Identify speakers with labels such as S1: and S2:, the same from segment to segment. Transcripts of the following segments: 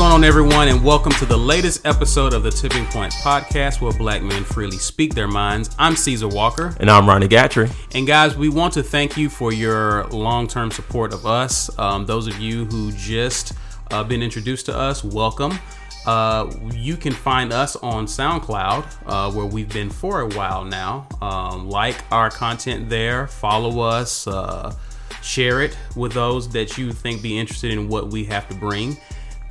S1: on, everyone, and welcome to the latest episode of the Tipping Point podcast where black men freely speak their minds. I'm Caesar Walker.
S2: And I'm Ronnie Gatry.
S1: And guys, we want to thank you for your long term support of us. Um, those of you who just uh, been introduced to us, welcome. Uh, you can find us on SoundCloud, uh, where we've been for a while now. Um, like our content there, follow us, uh, share it with those that you think be interested in what we have to bring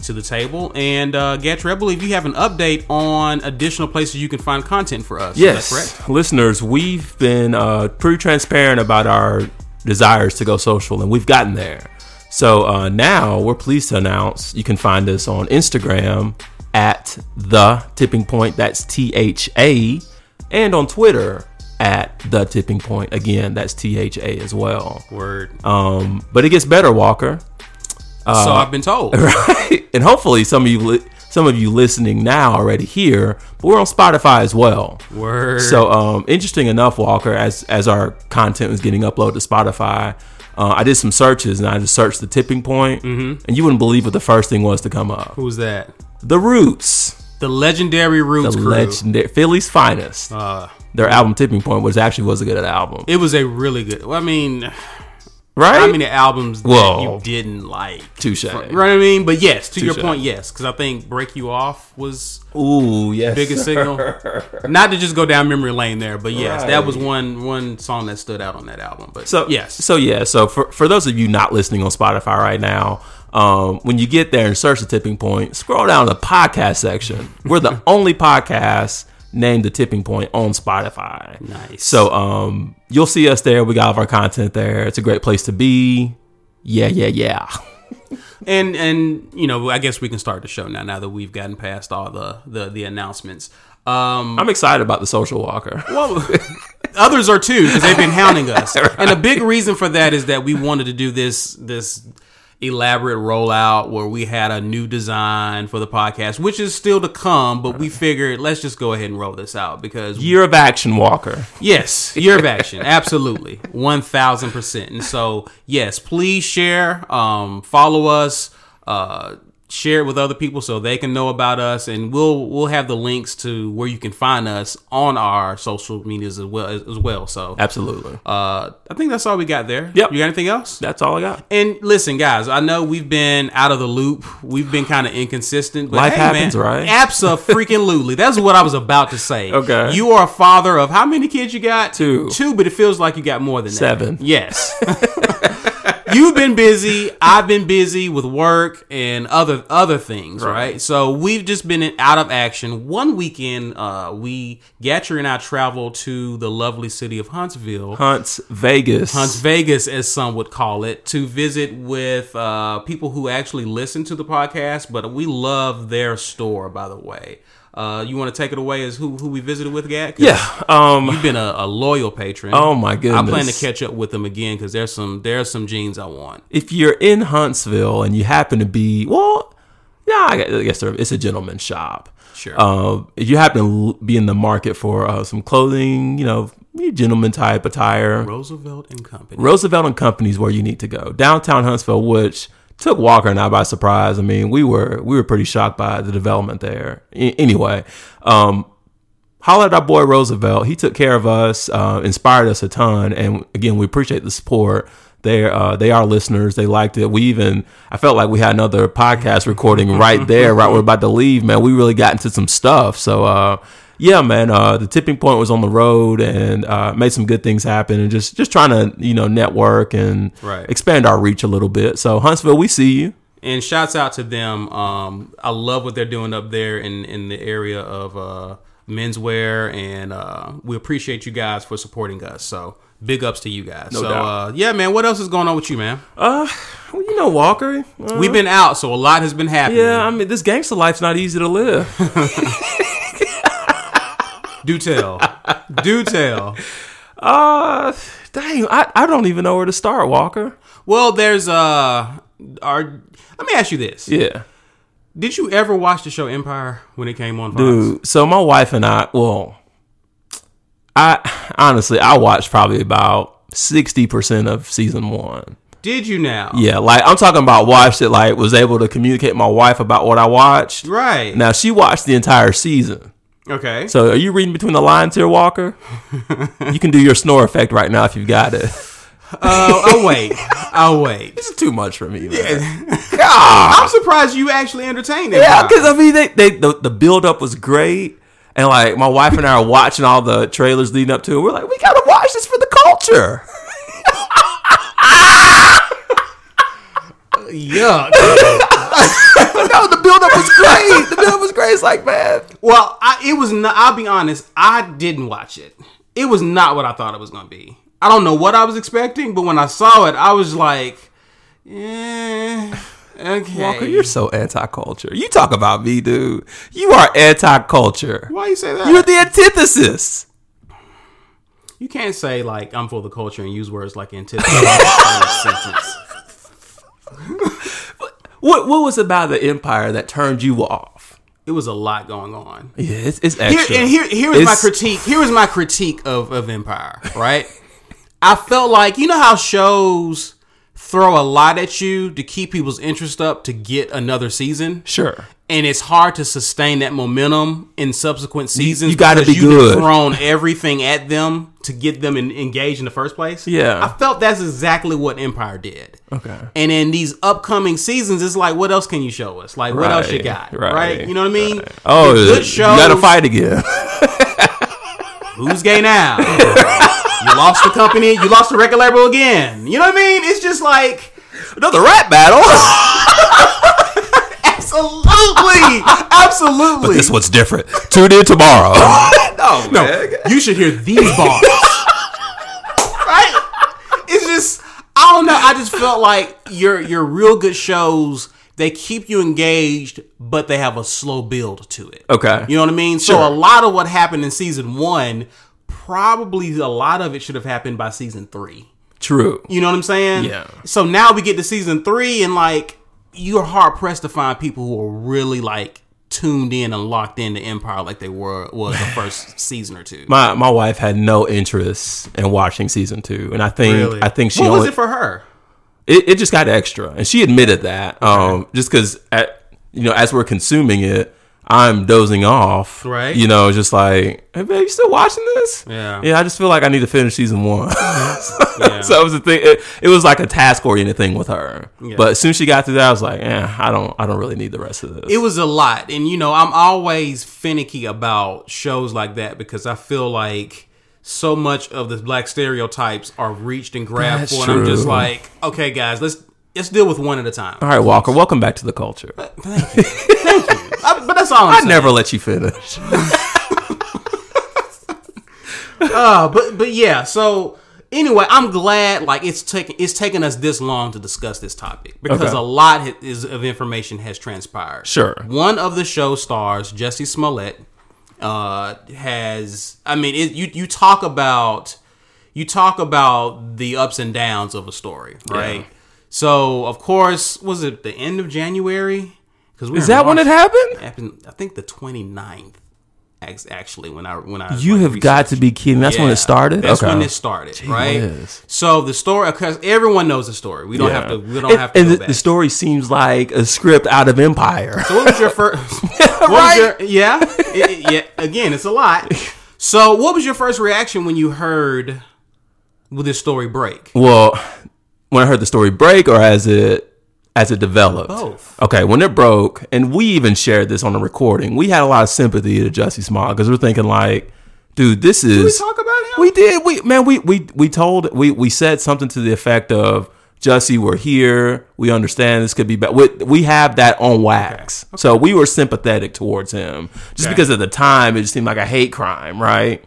S1: to the table. And uh, Gatry, I believe you have an update on additional places you can find content for us. Is that correct?
S2: Yes, listeners, we've been uh, pretty transparent about our desires to go social, and we've gotten there. So uh, now we're pleased to announce you can find us on Instagram at the tipping point. That's T H A, and on Twitter at the tipping point. Again, that's T H A as well.
S1: Word.
S2: Um, but it gets better, Walker.
S1: so I've been told.
S2: right? And hopefully some of you li- some of you listening now already here, but we're on Spotify as well.
S1: Word.
S2: So um, interesting enough, Walker, as as our content was getting uploaded to Spotify, uh, I did some searches and I just searched the tipping point,
S1: Mm-hmm.
S2: and you wouldn't believe what the first thing was to come up:
S1: who's that?
S2: the Roots,
S1: The legendary Roots
S2: the
S1: crew.
S2: legendary Philly's finest.
S1: uh,
S2: Their album Tipping Point, which actually was a good album,
S1: it was a really good. well, I mean,
S2: right?
S1: how many albums that
S2: Whoa.
S1: you didn't like?
S2: Touche.
S1: Right, You know what I mean? But yes, to your
S2: Touche.
S1: point, yes, because I think "Break You Off" was
S2: ooh, yes,
S1: biggest signal. Not to just go down memory lane there, but yes, that
S2: Right.
S1: was one one song that stood out on that album. But
S2: So
S1: yes,
S2: so yeah. So for for those of you not listening on Spotify right now, um, when you get there and search the tipping point, scroll down to the podcast section. We're the only podcast named the tipping point on Spotify.
S1: Nice.
S2: So um, you'll see us there. We got all of our content there. It's a great place to be. Yeah, yeah, yeah.
S1: and and you know, I guess we can start the show now. Now that we've gotten past all the the, the announcements. Um,
S2: I'm excited about the social walker.
S1: Well, others are too because they've been hounding us, and a big reason for that is that we wanted to do this this elaborate rollout where we had a new design for the podcast, which is still to come. But we figured let's just go ahead and roll this out because
S2: Year of action, Walker.
S1: Yes, year of action, absolutely, one thousand percent. And so, yes, please share, um, follow us, uh, share it with other people so they can know about us, and we'll we'll have the links to where you can find us on our social medias as well as, well. So,
S2: Absolutely.
S1: uh, I think that's all we got there.
S2: Yep.
S1: You got anything else?
S2: That's all I got.
S1: And listen, guys, I know we've been out of the loop. We've been kind of inconsistent. But
S2: Life
S1: hey,
S2: happens,
S1: man,
S2: right?
S1: Absa freaking lutely. That's what I was about to say.
S2: Okay.
S1: You are a father of how many kids you got?
S2: Two.
S1: Two, but it feels like you got more than
S2: Seven.
S1: that. Yes. You've been busy. I've been busy with work and other other things, right? So we've just been in, out of action. One weekend, uh, we Gatcher and I traveled to the lovely city of Huntsville.
S2: Hunts Vegas.
S1: Las Vegas, as some would call it, to visit with uh, people who actually listen to the podcast. But we love their store, by the way. Uh, you want to take it away as who who we visited with, Gat? 'Cause
S2: Yeah. Um.
S1: you've been a, a loyal patron.
S2: Oh my goodness.
S1: I plan to catch up with them again because there's some there's some jeans I want.
S2: if you're in Huntsville and you happen to be well, yeah, I gu- I guess there- it's a gentleman's shop.
S1: Sure.
S2: Uh, if you happen to l- be in the market for uh, some clothing, you know, gentleman type attire,
S1: Roosevelt and Company.
S2: Roosevelt and Company's where you need to go. Downtown Huntsville, which took Walker and I by surprise. I mean, we were we were pretty shocked by the development there. A- anyway, um, holla at our boy Roosevelt. He took care of us, uh, inspired us a ton, and again, we appreciate the support. They uh, they are listeners. They liked it. We even I felt like we had another podcast recording right there, right. when We're about to leave, man. We really got into some stuff. So uh, yeah, man. Uh, the tipping point was on the road and uh, made some good things happen, and just just trying to you know network and
S1: Right.
S2: expand our reach a little bit. So Huntsville, we see you.
S1: and shouts out to them. Um, I love what they're doing up there in in the area of uh, menswear, and uh, we appreciate you guys for supporting us. So big ups to you guys. so
S2: doubt.
S1: Uh, yeah, man. What else is going on with you, man?
S2: Uh, well, you know Walker. Uh,
S1: We've been out, so a lot has been happening.
S2: yeah, I mean this gangster life's not easy to live.
S1: Do tell. Do tell.
S2: Uh, dang, I, I don't even know where to start, Walker.
S1: Well, there's uh, our. Let me ask you this:
S2: Yeah.
S1: Did you ever watch the show Empire when it came on Fox?
S2: Dude, so my wife and I, well, I honestly, I watched probably about 60% of season one.
S1: Did you now?
S2: Yeah, like I'm talking about watched it. Like was able to communicate my wife about what I watched.
S1: Right.
S2: Now she watched the entire season.
S1: Okay.
S2: So are you reading between the lines here, Walker? you can do your snore effect right now if you've got it.
S1: Uh, I'll wait. I'll wait.
S2: It's too much for me. Man.
S1: I'm surprised you actually entertained that.
S2: Uh-huh. Yeah,
S1: Yeah,
S2: because I mean, they, they the, the build up was great, and like my wife and I are watching all the trailers leading up to it. We're like, we gotta watch this for the culture. But no, the build up was great. The build up was great. It's like, man,
S1: well, I, it was. Not, I'll be honest. I didn't watch it. It was not what I thought it was going to be. I don't know what I was expecting, but when I saw it, I was like, eh, okay.
S2: Walker, you're so anti culture. You talk about me, dude. You are anti culture.
S1: Why you say that?
S2: You're the antithesis.
S1: You can't say like I'm for the culture and use words like antithesis. in a sentence.
S2: What what was about the empire that turned you off?
S1: It was a lot going on.
S2: Yeah, it's, it's
S1: Here,
S2: extra.
S1: and here, here is my
S2: It's-
S1: critique. Here is my critique of of Empire. Right, I felt like you know how shows throw a lot at you to keep people's interest up to get another season.
S2: Sure.
S1: and it's hard to sustain that momentum in subsequent seasons.
S2: you gotta
S1: because
S2: be
S1: you've
S2: good.
S1: Thrown everything at them to get them in, engaged in the first place.
S2: Yeah.
S1: I felt that's exactly what Empire did.
S2: Okay.
S1: And in these upcoming seasons, it's like, what else can you show us? Like, what else you
S2: Right,
S1: got?
S2: right,
S1: Right. You know what I mean?
S2: Oh,
S1: The
S2: you gotta
S1: shows-
S2: fight again.
S1: Who's gay now? you lost the company. You lost the record label again. You know what I mean? It's just like.
S2: Another rap battle.
S1: Absolutely, absolutely.
S2: this one's different. Tune in tomorrow. no,
S1: No, you should hear these bars. right? It's just I don't know. I just felt like your your real good shows they keep you engaged, but they have a slow build to it.
S2: Okay.
S1: you know what I mean. So a lot of what happened in season one, probably a lot of it should have happened by season three.
S2: True.
S1: You know what I'm saying?
S2: Yeah.
S1: So now we get to season three, and like you're hard pressed to find people who are really like tuned in and locked into Empire like they were was the first season or two.
S2: My my wife had no interest in watching season two, and I think I think she
S1: What
S2: only
S1: was it for her?
S2: it, it just got extra and she admitted that um just because you know as we're consuming it i'm dozing off
S1: Right.
S2: you know just like hey babe you still watching this
S1: Yeah. Mm-hmm.
S2: yeah i just feel like i need to finish season one so it was a thing it, it was like a task oriented thing with her but as soon as she got through that i was like eh, i don't i don't really need the rest of this
S1: It was a lot, and you know I'm always finicky about shows like that because I feel like so much of the black stereotypes are reached and grabbed
S2: That's
S1: for, and I'm just
S2: true. Uh,
S1: like, okay, guys, let's let's deal with one at a time.
S2: all right walker welcome back to the culture i
S1: I- but that's all I'm saying.
S2: never let you finish
S1: Uh, but but yeah, so anyway, I'm glad like it's taking it's taken us this long to discuss this topic because
S2: Okay.
S1: a lot ha- is of information has transpired.
S2: Sure.
S1: One of the show stars, Jesse Smollett, uh, has I mean, it, you you talk about you talk about the ups and downs of a story, right? So of course, was it the end of January? Because
S2: is that when it happened
S1: happened? I think the 29th ac- actually when I when I
S2: you
S1: like,
S2: have got to be kidding that's when
S1: yeah,
S2: it started
S1: That's
S2: Okay.
S1: when it started, right?
S2: whiz.
S1: So the story, because everyone knows the story. We don't have to. We don't
S2: and,
S1: have to.
S2: and
S1: go
S2: the,
S1: back.
S2: the story seems like a script out of Empire.
S1: So what was your first? what was
S2: Right?
S1: your, yeah, it- it- yeah. Again, it's a lot. So what was your first reaction when you heard with this story break?
S2: Well, when I heard the story break, or as it as it developed.
S1: Both.
S2: Okay, when it broke, and we even shared this on the recording, we had a lot of sympathy to Jussie Small because we're thinking like, dude, this is
S1: Talk about him.
S2: we did. We man, we we we told we we said something to the effect of Jussie, we're here. We understand this could be bad. We, we have that on wax, so we were sympathetic towards him just because at the time it just seemed like a hate crime, right?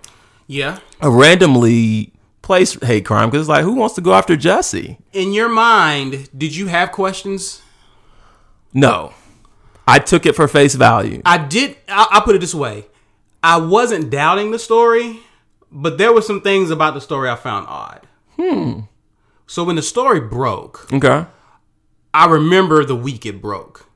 S1: yeah.
S2: A randomly placed hate crime because it's like who wants to go after Jussie?
S1: In your mind, did you have questions?
S2: No, I took it for face value.
S1: I did. I, I put it this way: I wasn't doubting the story, but there were some things about the story I found odd. Hmm. So when the story broke,
S2: Okay,
S1: I remember the week it broke.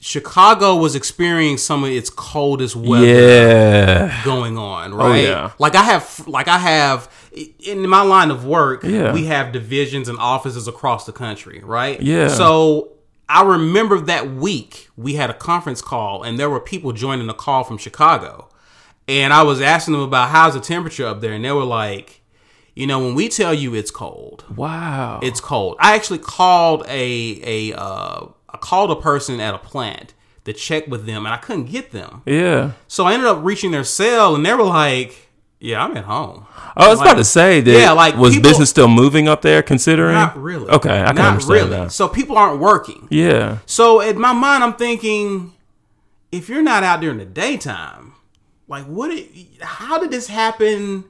S1: Chicago was experiencing some of its coldest weather
S2: yeah, Oh,
S1: going on, right?
S2: yeah.
S1: Like I have, like I have. in my line of work,
S2: Yeah.
S1: we have divisions and offices across the country, right?
S2: Yeah.
S1: So I remember that week we had a conference call and there were people joining the call from Chicago. And I was asking them about how's the temperature up there. And they were like, you know, when we tell you it's cold,
S2: Wow.
S1: it's cold. I actually called a, a, uh, I called a person at a plant to check with them and I couldn't get them.
S2: yeah.
S1: So I ended up reaching their cell and they were like, yeah, I'm at home.
S2: I was about to say that.
S1: Yeah, like,
S2: was
S1: people-
S2: business still moving up there? Considering
S1: Not really.
S2: Okay, I can
S1: Not
S2: understand
S1: really.
S2: that.
S1: So people aren't working.
S2: Yeah.
S1: So in my mind, I'm thinking, if you're not out during the daytime, like what? It, how did this happen?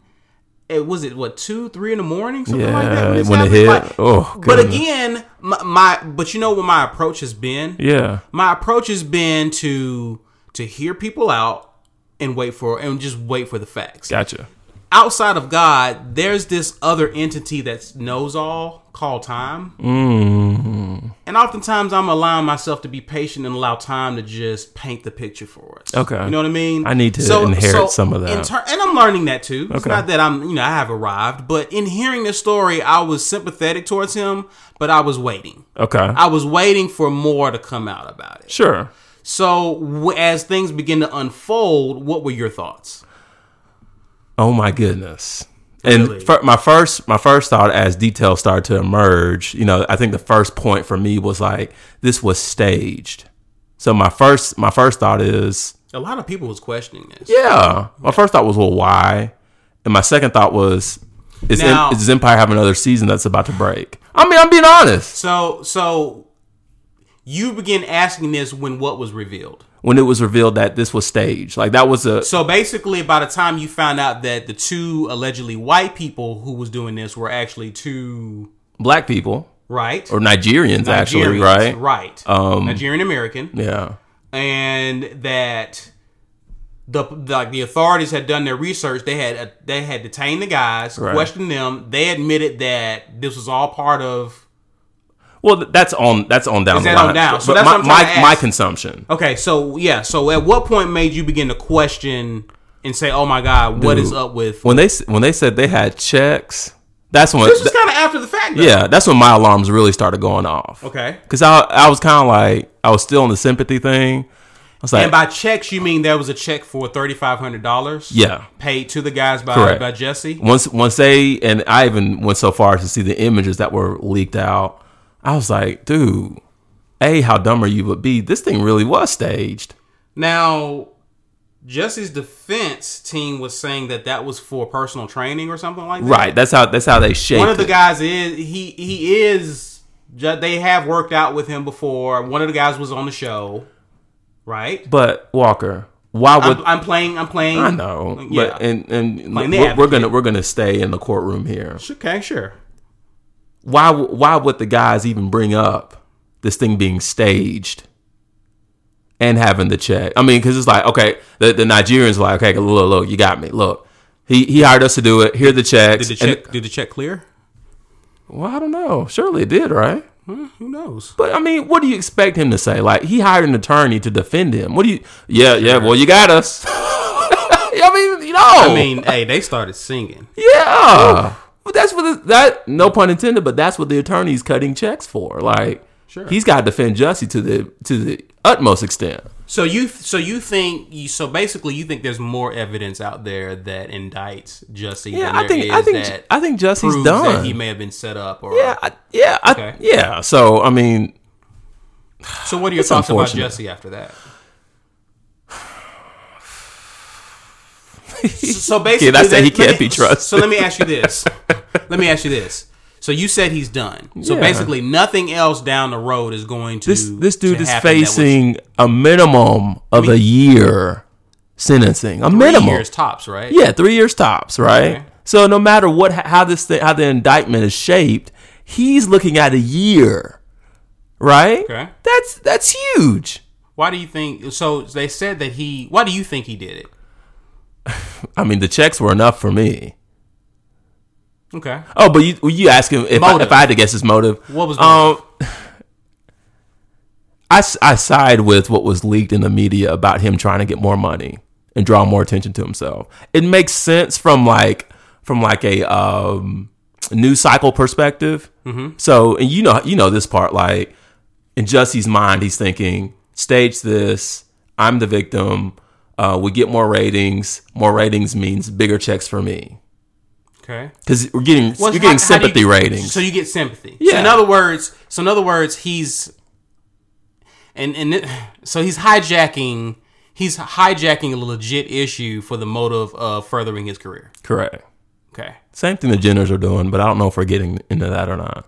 S1: It was it what two, three in the morning, something like that.
S2: Yeah,
S1: this
S2: when it
S1: happened?
S2: hit.
S1: Like-
S2: Oh,
S1: but
S2: goodness.
S1: again, my, my but you know what my approach has been.
S2: Yeah.
S1: My approach has been to to hear people out and wait for and just wait for the facts
S2: Gotcha.
S1: outside of God, there's this other entity that knows all called time. Mm.
S2: Mm-hmm.
S1: And oftentimes I'm allowing myself to be patient and allow time to just paint the picture for us.
S2: Okay.
S1: You know what I mean?
S2: I need to inherit some of that.
S1: in tur- and I'm learning that too. It's
S2: Okay.
S1: not that I'm, you know, I have arrived, but in hearing this story, I was sympathetic towards him, but I was waiting.
S2: Okay.
S1: I was waiting for more to come out about it.
S2: sure.
S1: So, w- as things begin to unfold, what were your thoughts?
S2: Oh my goodness. And
S1: Really?
S2: fir- my first my first thought as details started to emerge, you know, I think the first point for me was like this was staged. So my first my first thought is
S1: A lot of people was questioning this.
S2: yeah. My first thought was well why? And my second thought was is, em-
S1: Now-
S2: does Empire have another season that's about to break? I mean, I'm being honest.
S1: So so you begin asking this when what was revealed.
S2: When it was revealed that this was staged, like that was a
S1: So basically by the time you found out that the two allegedly white people who was doing this were actually two
S2: black people
S1: right
S2: or Nigerians actually,
S1: Nigerians,
S2: right?
S1: right
S2: Um,
S1: Nigerian American
S2: Yeah.
S1: and that the like the authorities had done their research they had uh, they had detained the guys
S2: Right.
S1: questioned them they admitted that this was all part of
S2: Well, th- that's on that's on down the
S1: that
S2: line.
S1: on down? So
S2: But
S1: that's
S2: my
S1: what I'm
S2: my,
S1: trying to
S2: my
S1: ask.
S2: consumption.
S1: Okay, so yeah, so at what point made you begin to question and say, "Oh my God, what is
S2: Dude.
S1: up with?"
S2: when they s- when they said they had checks, that's when
S1: This was kind of after the fact. Though.
S2: yeah, that's when my alarms really started going off.
S1: Okay.
S2: because I I was kind of like I was still on the sympathy thing. I was like,
S1: And by checks, you mean there was a check for thirty five hundred dollars?
S2: yeah.
S1: Paid to the guys by
S2: Correct.
S1: by Jesse.
S2: Once once they and I even went so far as to see the images that were leaked out. I was like, dude, a how dumb are you? But b this thing really was staged.
S1: Now, Jesse's defense team was saying that that was for personal training or something like that.
S2: Right. That's how that's how they shaped
S1: One of the
S2: it.
S1: guys is he he is. ju- They have worked out with him before. One of the guys was on the show, right?
S2: but Walker, why would
S1: I'm, I'm playing. I'm playing.
S2: I know,
S1: Yeah.
S2: but and and
S1: Like, they
S2: we're,
S1: have
S2: we're
S1: to
S2: gonna we're gonna stay in the courtroom here.
S1: Okay, sure.
S2: Why w- why would the guys even bring up this thing being staged and having the check? I mean, because it's like okay, the, the Nigerians are like okay, look, look, look, you got me. Look, he he hired us to do it. Here are the checks.
S1: Did the
S2: And-
S1: check? did the check clear?
S2: well, I don't know. Surely it did, right?
S1: Who knows?
S2: But I mean, what do you expect him to say? Like he hired an attorney to defend him. What do you? Yeah, yeah. Well, you got us. I mean, you know.
S1: I mean, hey, they started singing.
S2: Yeah. But that's what the, that no pun intended, but that's what the attorney's cutting checks for. Like
S1: Mm-hmm. Sure.
S2: he's got to defend Jussie to the to the utmost extent.
S1: So you, so you think, you, so basically, you think there's more evidence out there that indicts Jussie.
S2: Yeah,
S1: than
S2: I think
S1: there
S2: I
S1: is
S2: think
S1: that
S2: I think Jussie's
S1: proves that
S2: done.
S1: he may have been set up. Or
S2: yeah, I, yeah, I,
S1: Okay.
S2: yeah. So I mean,
S1: so, what are your thoughts about
S2: unfortunate.
S1: Jussie after that? so basically,
S2: yeah, that's that
S1: let-
S2: he
S1: let
S2: can't
S1: me-
S2: be trusted.
S1: So let me ask you this. let me ask you this. So you said he's done. So
S2: Yeah.
S1: basically, nothing else down the road is going to
S2: this this dude
S1: to
S2: is
S1: happen that was
S2: facing a minimum of a year sentencing. A
S1: three
S2: minimum.
S1: years tops, right?
S2: Yeah, three years tops, right?
S1: Okay.
S2: So no matter what, how this thing, how the indictment is shaped, he's looking at a year, right?
S1: Okay.
S2: That's that's huge.
S1: Why do you think? So they said that he. Why do you think he did it?
S2: I mean, the checks were enough for me.
S1: Okay.
S2: Oh, but you were you asking if I,
S1: Motive.
S2: if I had to guess his motive?
S1: What was
S2: um? I, s- I side with what was leaked in the media about him trying to get more money and draw more attention to himself. It makes sense from like from like a um, news cycle perspective.
S1: Mm-hmm.
S2: So, and you know, you know this part. Like in Jussie's mind, he's thinking, "Stage this. I'm the victim. Uh, we get more ratings. More ratings means bigger checks for me
S1: Okay.
S2: because we're getting
S1: Well, how-
S2: you're getting
S1: how do you-
S2: sympathy ratings.
S1: So you get sympathy. So
S2: Yeah.
S1: in other words, so in other words, he's and and it, so he's hijacking. He's hijacking a legit issue for the motive of furthering his career.
S2: Correct.
S1: Okay.
S2: Same thing the Jenners are doing, but I don't know if we're getting into that or not.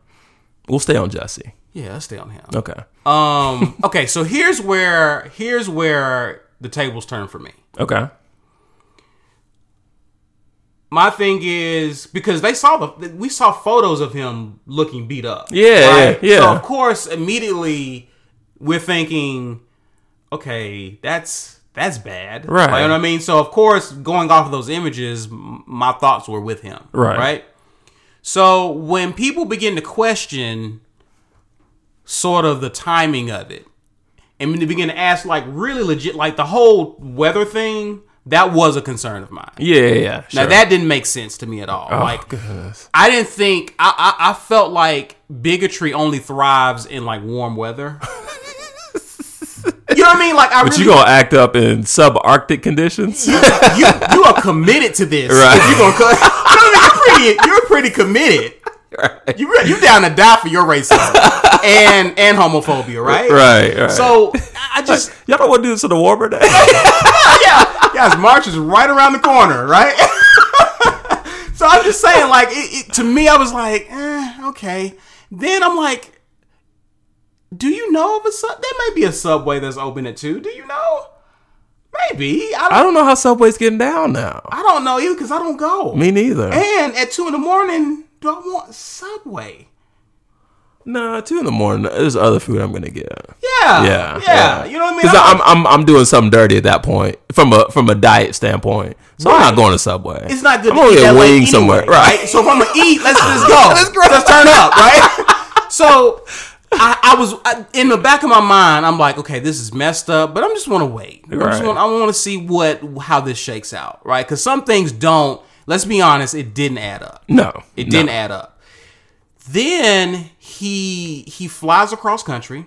S2: We'll stay on Jesse.
S1: Yeah, let's stay on him.
S2: Okay.
S1: Um. okay. So here's where here's where the tables turn for me.
S2: Okay.
S1: My thing is because they saw the we saw photos of him looking beat up.
S2: Yeah, yeah,
S1: So
S2: yeah.
S1: of course, immediately we're thinking, okay, that's that's bad,
S2: Right.
S1: Like, you know what I mean? So of course, going off of those images, m- my thoughts were with him,
S2: Right.
S1: Right. So when people begin to question, sort of the timing of it, and when they begin to ask, like really legit, like the whole weather thing, that was a concern of mine.
S2: Yeah, yeah, yeah. Sure.
S1: Now that didn't make sense to me at all.
S2: Oh,
S1: like
S2: goodness.
S1: I didn't think I, I I felt like bigotry only thrives in like warm weather. you know what I mean? Like I
S2: But
S1: really
S2: you gonna act up in subarctic conditions?
S1: you, you are committed to this.
S2: Right.
S1: If you gonna co- you are pretty you're pretty committed. You re- you down to die for your racism and and homophobia, right?
S2: right, right.
S1: So I I just
S2: y'all don't want to do this on the warmer day.
S1: yeah, guys, March is right around the corner, right? so I'm just saying, like, it, it, to me, I was like, eh, okay. Then I'm like, do you know of a sub? There may be a subway that's open at two. Do you know? Maybe I don't.
S2: I don't know how Subway's getting down now.
S1: I don't know either because I don't go.
S2: Me neither.
S1: And at two in the morning, do I want Subway?
S2: nah, two in the morning. There's other food I'm gonna get.
S1: Yeah,
S2: Yeah,
S1: yeah. You know what I mean?
S2: Because
S1: I'm-
S2: I'm, I'm I'm doing something dirty at that point from a from a diet standpoint. So I'm
S1: Right.
S2: not going to Subway.
S1: It's not good.
S2: I'm
S1: to
S2: gonna
S1: eat
S2: get
S1: that late
S2: wings
S1: anyway,
S2: somewhere, right?
S1: So if I'm gonna eat, let's just go. let's, turn up, right? so I, I was I, in the back of my mind. I'm like, okay, this is messed up, but I'm just want to wait. I just
S2: Right.
S1: want I want to see what how this shakes out, right? Because some things don't. Let's be honest, it didn't add up.
S2: No,
S1: It
S2: no.
S1: didn't add up. Then he he flies across country,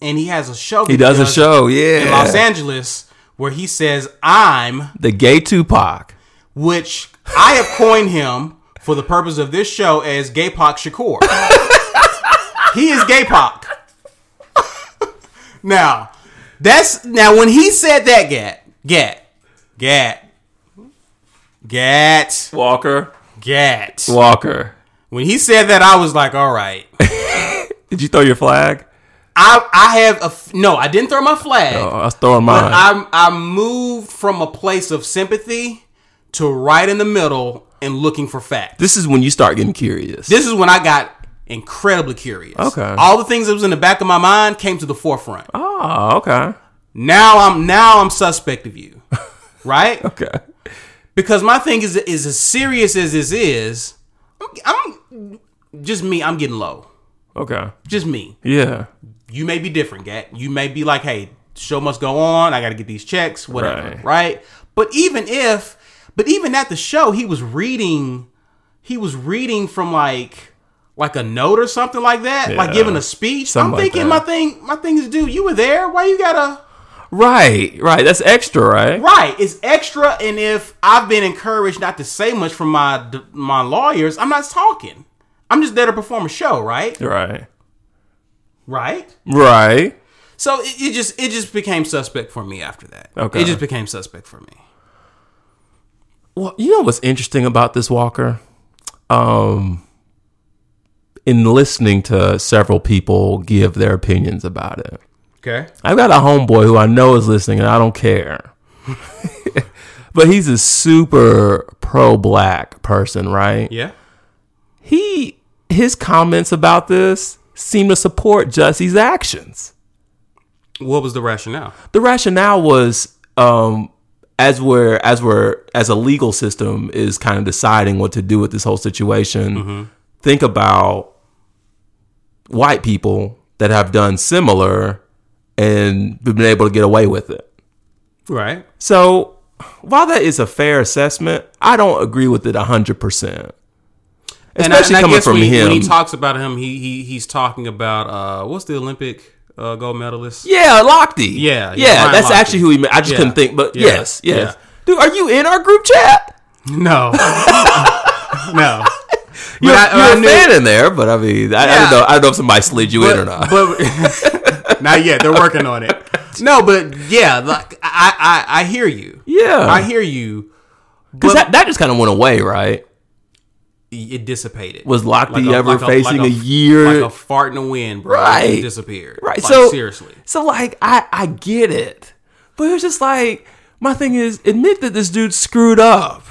S1: and he has a show.
S2: He does a show,
S1: in Los
S2: yeah.
S1: Angeles where he says, "I'm."
S2: The gay Tupac.
S1: which I have coined him for the purpose of this show as Gay Pac Shakur. he is Gay Pac. now, that's now when he said that Gat, Gat, Gat, Gat,
S2: Walker.
S1: Gat.
S2: Walker.
S1: When he said that, I was like, all right.
S2: Did you throw your flag?
S1: I I have a f- no. I didn't throw my flag.
S2: Oh, I was throwing mine.
S1: But I I moved from a place of sympathy to right in the middle and looking for facts.
S2: this is when you start getting curious.
S1: this is when I got incredibly curious.
S2: Okay.
S1: All the things that was in the back of my mind came to the forefront.
S2: oh, okay.
S1: Now I'm now I'm suspect of you. Right?
S2: Okay.
S1: Because my thing is is as serious as this is, I'm, I'm just me, I'm getting low.
S2: Okay.
S1: Just me.
S2: Yeah.
S1: You may be different, Gat. You may be like, hey, show must go on. I gotta get these checks, whatever. Right.
S2: Right.
S1: But even if but even at the show, he was reading he was reading from like like a note or something like that, like
S2: Yeah.
S1: giving a speech.
S2: Something
S1: I'm
S2: like
S1: thinking my
S2: that.
S1: thing my thing is, dude, you were there. Why you gotta
S2: Right. Right. That's extra, right?
S1: Right, it's extra and if I've been encouraged not to say much from my my lawyers, I'm not talking. I'm just there to perform a show, right?
S2: Right.
S1: Right?
S2: Right.
S1: So it, it just it just became suspect for me after that.
S2: Okay.
S1: It just became suspect for me.
S2: Well, you know what's interesting about this Walker? Um, in listening to several people give their opinions about it,
S1: Okay.
S2: I've got a homeboy who I know is listening, and I don't care. but he's a super pro-black person, right?
S1: Yeah.
S2: He his comments about this seem to support Jesse's actions.
S1: What was the rationale?
S2: the rationale was um as we're as we're as a legal system is kind of deciding what to do with this whole situation think about white people that have done similar and been able to get away with it
S1: Right.
S2: so while that is a fair assessment, I don't agree with it hundred percent.
S1: And I- and
S2: Especially
S1: I,
S2: coming
S1: guess
S2: from
S1: when, he-
S2: him.
S1: when he talks about him, he, he he's talking about uh, what's the Olympic uh, gold medalist?
S2: yeah, Lochte.
S1: Yeah, yeah,
S2: yeah,
S1: Ryan
S2: that's
S1: Lochte.
S2: actually who he. ma- I just
S1: Yeah.
S2: couldn't think, but
S1: Yeah,
S2: yes, yes.
S1: yeah.
S2: Dude, are you in our group chat?
S1: No, no. But
S2: You're,
S1: I- I
S2: you're a
S1: knew-
S2: fan in there, but I mean, I, I
S1: Yeah.
S2: don't know. I don't know if somebody slid you in or not.
S1: But not yet. They're working on it. No, but yeah, like I I, I hear you.
S2: Yeah.
S1: I hear you.
S2: Because that, that just kind of went away, right?
S1: It dissipated.
S2: Was Lochte
S1: Like a-
S2: ever
S1: like a-
S2: facing
S1: like
S2: a, year?
S1: like a fart in the wind, bro? It
S2: Right.
S1: disappeared.
S2: right.
S1: Like,
S2: so
S1: seriously,
S2: So like I I get it, but it's just like my thing is admit that this dude screwed up.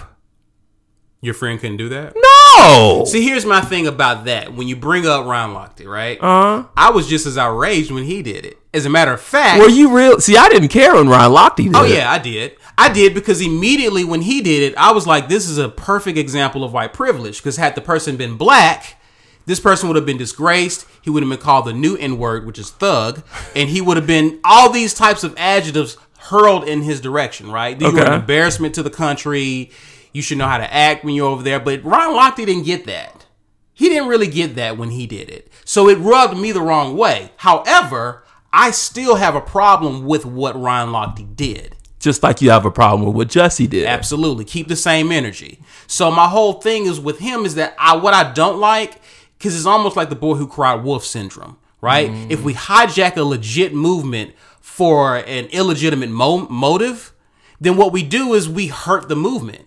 S1: your friend couldn't do that.
S2: No.
S1: See, here's my thing about that. When you bring up Ron Lochte, right?
S2: Uh,
S1: I was just as outraged when he did it. As a matter of fact,
S2: were you real? See, I didn't care when Ryan Lochte did.
S1: Oh
S2: it.
S1: yeah, I did. I did because immediately when he did it, I was like, "This is a perfect example of white privilege." Because had the person been black, this person would have been disgraced. He would have been called the new N word, which is thug, and he would have been all these types of adjectives hurled in his direction. Right? You were
S2: Okay.
S1: an embarrassment to the country. You should know how to act when you're over there. But Ron Lochte didn't get that. He didn't really get that when he did it. So it rubbed me the wrong way. However, I still have a problem with what Ryan Lochte did.
S2: Just like you have a problem with what Jesse did.
S1: Absolutely. Keep the same energy. So my whole thing is with him is that I what I don't like cuz it's almost like the boy who cried wolf syndrome, right? If we hijack a legit movement for an illegitimate mo- motive, then what we do is we hurt the movement.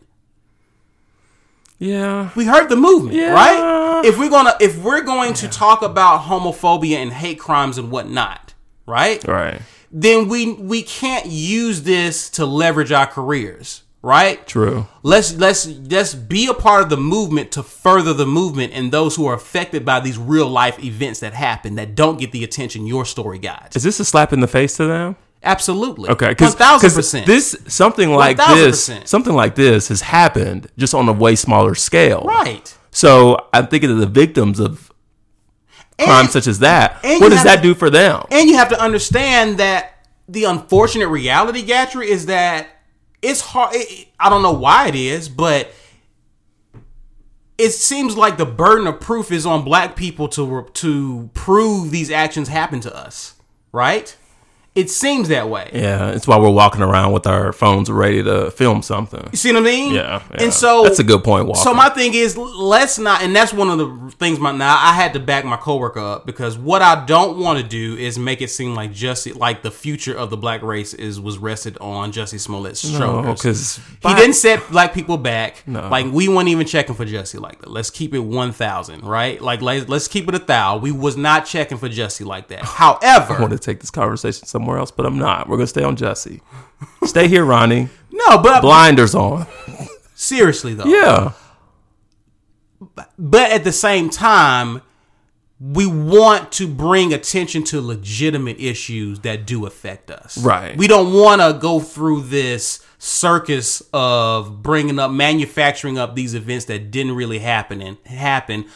S2: Yeah.
S1: we hurt the movement,
S2: Yeah.
S1: right? If we're gonna if we're going to talk about homophobia and hate crimes and whatnot, right?
S2: Right.
S1: Then we we can't use this to leverage our careers, right?
S2: True.
S1: Let's let's let's be a part of the movement to further the movement and those who are affected by these real life events that happen that don't get the attention your story got.
S2: Is this a slap in the face to them?
S1: Absolutely,
S2: Okay,
S1: one
S2: because
S1: thousand percent.
S2: this something like this
S1: 1000%.
S2: something like this has happened just on a way smaller scale.
S1: right.
S2: So I'm thinking of the victims of crimes such as that.
S1: and
S2: What
S1: you
S2: does
S1: have-
S2: that do for them?
S1: And you have to understand that the unfortunate reality, Gatry, is that it's hard. It, it- I don't know why it is, but it seems like the burden of proof is on black people to re- to prove these actions happened to us, right? It seems that way.
S2: Yeah, it's why we're walking around with our phones ready to film something.
S1: You see what I mean?
S2: Yeah, yeah.
S1: And so
S2: that's a good point, Walker.
S1: So my thing is, let's not, and that's one of the things. My now I had to back my coworker up because what I don't want to do is make it seem like Jesse, like the future of the black race is was rested on Jesse Smollett's shoulders.
S2: because
S1: he didn't set black people back. Like we weren't even checking for Jesse like that. Let's keep it one thousand, right? Like let's, let's keep it a thousand. We was not checking for Jesse like that.
S2: I want
S1: However,
S2: to take this conversation somewhere else, but I'm not. We're gonna stay on Jesse. stay here, Ronnie.
S1: no, but
S2: Blinders on.
S1: seriously though,
S2: Yeah,
S1: But at the same time, we want to bring attention to legitimate issues that do affect us.
S2: Right.
S1: We don't want to go through this circus of bringing up, manufacturing up these events that didn't really happen and happen,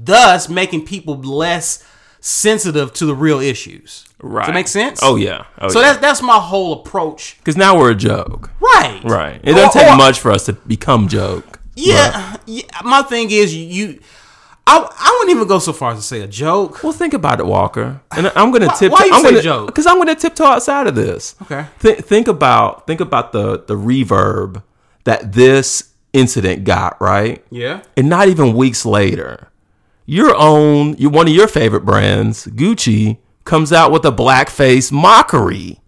S1: thus making people less sensitive to the real issues.
S2: right.
S1: Does that make sense?
S2: Oh yeah. Oh,
S1: So that's that's my whole approach.
S2: because now we're a joke.
S1: Right.
S2: Right. It
S1: Or-
S2: doesn't
S1: or-
S2: take much for us to become joke.
S1: Yeah, yeah. My thing is you. I, I wouldn't even go so far as to say a joke.
S2: Well, think about it, Walker. And I'm going to
S1: Why-
S2: tip.
S1: why you
S2: I'm
S1: say
S2: gonna,
S1: joke?
S2: Because I'm going to tiptoe outside of this.
S1: Okay.
S2: Thi- think about think about the the reverb that this incident got. Right.
S1: Yeah.
S2: And not even weeks later, your own, your one of your favorite brands, Gucci, comes out with a blackface mockery.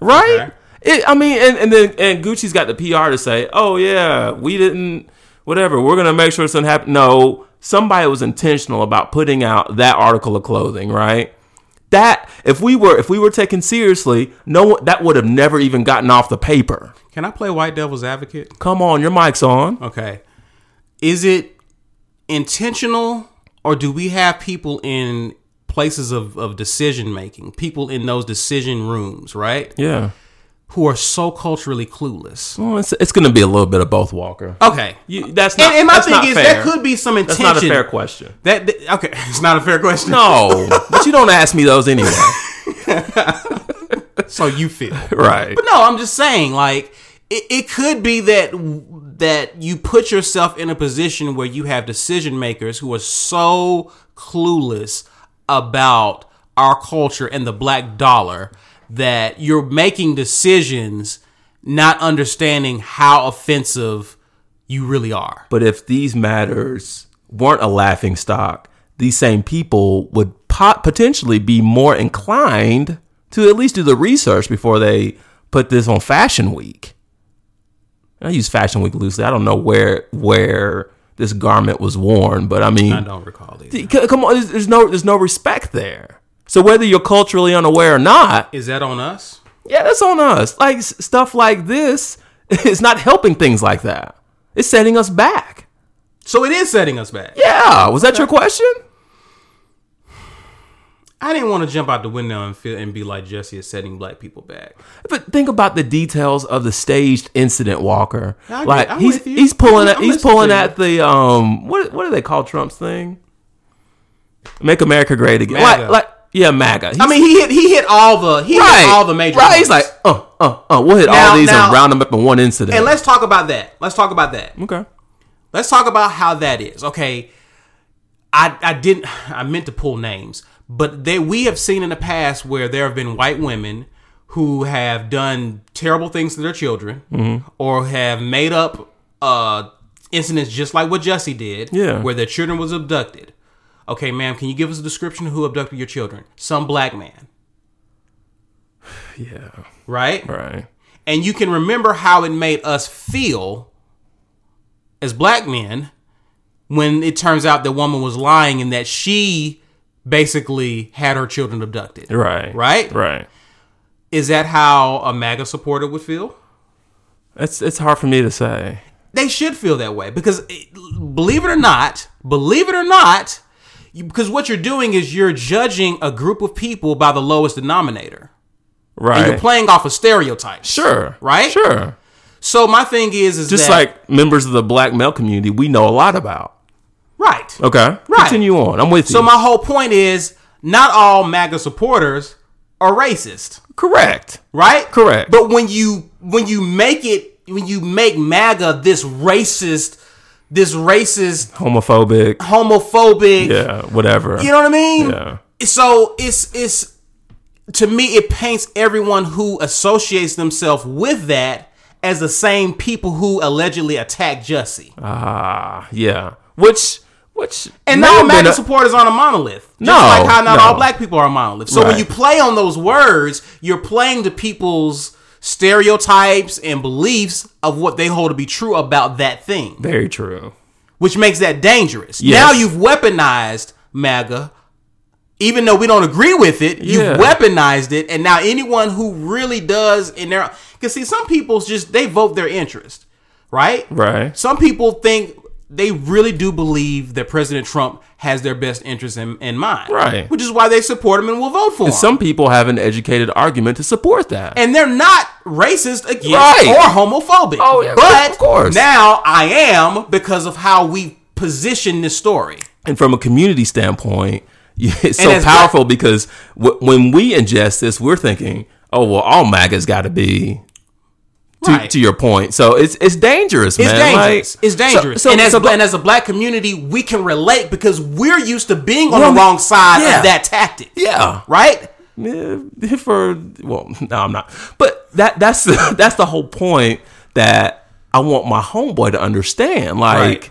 S2: Right.
S1: Okay.
S2: It, I mean, and, and then and Gucci's got the PR to say, "Oh yeah, we didn't. Whatever. We're gonna make sure this doesn't happen." No, somebody was intentional about putting out that article of clothing, right? That if we were if we were taken seriously, no one that would have never even gotten off the paper.
S1: Can I play White Devil's Advocate?
S2: Come on, your mic's on.
S1: Okay. Is it intentional or do we have people in places of, of decision making, people in those decision rooms, right?
S2: Yeah,
S1: Who are so culturally clueless?
S2: well, it's it's gonna be a little bit of both, Walker.
S1: Okay.
S2: You, that's not.
S1: and, and my
S2: that's
S1: thing
S2: not
S1: is,
S2: fair.
S1: that could be some
S2: That's
S1: intention.
S2: not a fair question.
S1: That, that- okay, it's not a fair question.
S2: No, but you don't ask me those anyway,
S1: So you feel.
S2: right?
S1: But no, I'm just saying, like, it, it could be that that you put yourself in a position where you have decision makers who are so clueless about our culture and the black dollar that you're making decisions not understanding how offensive you really are.
S2: But if these matters weren't a laughing stock, these same people would pot- potentially be more inclined to at least do the research before they put this on Fashion Week. I use Fashion Week loosely. I don't know where where this garment was worn, but I mean,
S1: I don't recall these.
S2: C- come on, there's, there's no there's no respect there. So whether you're culturally unaware or not,
S1: Is that on us?
S2: yeah, that's on us. Like s- stuff like this is not helping things like that. It's setting us back.
S1: So it is setting us back.
S2: Yeah, was that your question?
S1: I didn't want to jump out the window and feel and be like Jesse is setting black people back.
S2: But think about the details of the staged incident, Walker.
S1: I agree.
S2: like
S1: I'm
S2: he's
S1: with you.
S2: he's
S1: I'm-
S2: pulling at
S1: I'm
S2: he's
S1: listening
S2: pulling
S1: to you.
S2: at the um what what do they call Trump's thing? Make America Great Again. Like
S1: MAGA.
S2: like yeah, MAGA. He's-
S1: I mean, he hit he hit all the he hit all the major
S2: Right. He's
S1: ones.
S2: like, uh, uh, uh. We'll hit
S1: Now-
S2: all these
S1: now-
S2: and round them up in one incident.
S1: and let's talk about that. Let's talk about that.
S2: okay.
S1: Let's talk about how that is. Okay. I I didn't I meant to pull names, but they we have seen in the past where there have been white women who have done terrible things to their children
S2: Mm-hmm.
S1: or have made up uh incidents just like what Jesse did
S2: Yeah.
S1: where their children was abducted. Okay, ma'am, can you give us a description of who abducted your children? Some black man,
S2: Yeah.
S1: right?
S2: Right.
S1: and you can remember how it made us feel as black men when it turns out the woman was lying and that she basically had her children abducted.
S2: Right.
S1: Right?
S2: Right.
S1: Is that how a MAGA supporter would feel?
S2: It's it's hard for me to say.
S1: They should feel that way because eh, believe it or not, believe it or not, you, because what you're doing is you're judging a group of people by the lowest denominator.
S2: Right.
S1: And you're playing off of stereotypes.
S2: sure.
S1: Right?
S2: Sure.
S1: So my thing is is
S2: Just
S1: that-
S2: like members of the black male community, we know a lot about.
S1: right.
S2: Okay. Continue on. I'm with you.
S1: So my whole point is not all MAGA supporters are racist,
S2: correct.
S1: right?
S2: Correct.
S1: But when you when you make it when you make MAGA this racist this racist
S2: Homophobic.
S1: homophobic
S2: Yeah. Whatever.
S1: you know what I mean?
S2: Yeah.
S1: So it's it's to me it paints everyone who associates themselves with that as the same people who allegedly attacked Jussie.
S2: Ah. yeah. Which which
S1: And
S2: may
S1: not all
S2: have been
S1: MAGA
S2: a-
S1: supporters aren't a monolith. Just
S2: No,
S1: like how not
S2: no.
S1: all black people are a monolith. So when
S2: Right.
S1: you play on those words, you're playing to people's stereotypes and beliefs of what they hold to be true about that thing,
S2: very true.
S1: which makes that dangerous.
S2: Yes.
S1: Now you've weaponized MAGA. Even though we don't agree with it,
S2: Yeah.
S1: you've weaponized it, and now anyone who really does in their because see some people just they vote their interest, right?
S2: Right.
S1: Some people think they really do believe that President Trump has their best interests in, in mind.
S2: Right.
S1: Which is why they support him and will vote for him.
S2: Some people have an educated argument to support that.
S1: and they're not racist again
S2: Right.
S1: or homophobic.
S2: Oh, yeah,
S1: but
S2: of course.
S1: now I am because of how we position this story.
S2: and from a community standpoint, yeah, it's so
S1: as black-
S2: powerful because w- when we ingest this, we're thinking, "Oh well, all MAGA's got to be." To,
S1: Right.
S2: to your point, so it's it's dangerous,
S1: It's
S2: man.
S1: dangerous.
S2: Like-
S1: it's dangerous.
S2: So, so,
S1: and, as,
S2: so-
S1: and as a black community, we can relate because we're used to being on
S2: Well,
S1: the wrong side
S2: yeah.
S1: of that tactic.
S2: yeah,
S1: Right?
S2: Yeah, for well, no, I'm not. But that that's that's the whole point that I want my homeboy to understand. Like,
S1: Right.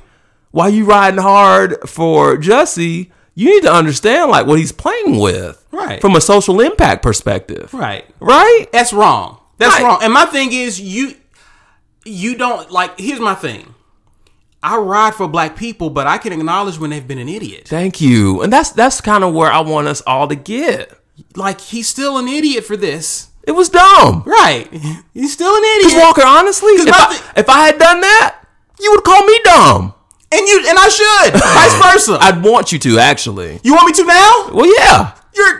S2: while you riding hard for Jussie, you need to understand like what he's playing with,
S1: Right.
S2: From a social impact perspective,
S1: Right.
S2: Right?
S1: That's wrong. That's
S2: Right.
S1: wrong. And my thing is you you don't like here's my thing. I ride for black people, but I can acknowledge when they've been an idiot.
S2: Thank you. And that's that's kind of where I want us all to get.
S1: Like he's still an idiot for this.
S2: It was dumb,
S1: Right. He's still an
S2: Because
S1: idiot.
S2: Walker. Honestly, if
S1: my
S2: I,
S1: thi-
S2: if I had done that, you would call me dumb.
S1: and you and I should. Vice versa.
S2: I'd want you to actually.
S1: you want me to now?
S2: Well, yeah.
S1: You're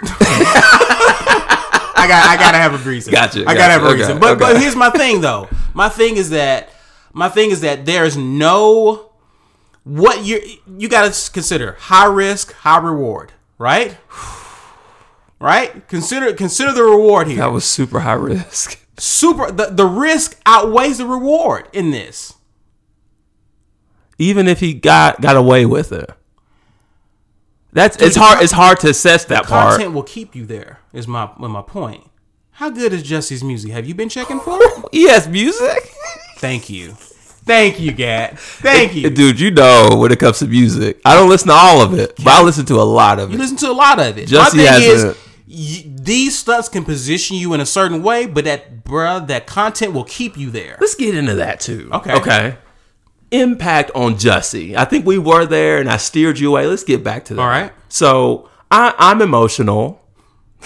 S1: I got I gotta have a reason.
S2: Gotcha,
S1: I
S2: gotcha,
S1: gotta have a
S2: okay,
S1: reason. But but
S2: okay.
S1: here's my thing though. My thing is that my thing is that there's no what you you gotta s- consider high risk, high reward, right? Right? Consider consider the reward here.
S2: That was super high risk.
S1: super the, the risk outweighs the reward in this.
S2: Even if he got got away with it, that's it's hard. It's hard to assess that part.
S1: Content will keep you there. Is my my point. How good is Jesse's music? Have you been checking for it?
S2: Yes, music.
S1: Thank you. Thank you, Gat. Thank you.
S2: Dude, you know when it comes to music, I don't listen to all of it, but I listen to a lot of
S1: You
S2: it.
S1: listen to a lot of it.
S2: Jesse
S1: My thing
S2: has
S1: is,
S2: a-
S1: y- these stunts can position you in a certain way, but that bruh, that content will keep you there.
S2: Let's get into that too.
S1: Okay.
S2: Okay. Impact on Jussie. I think we were there, and I steered you away. Let's get back to that.
S1: All right.
S2: So I, I'm emotional.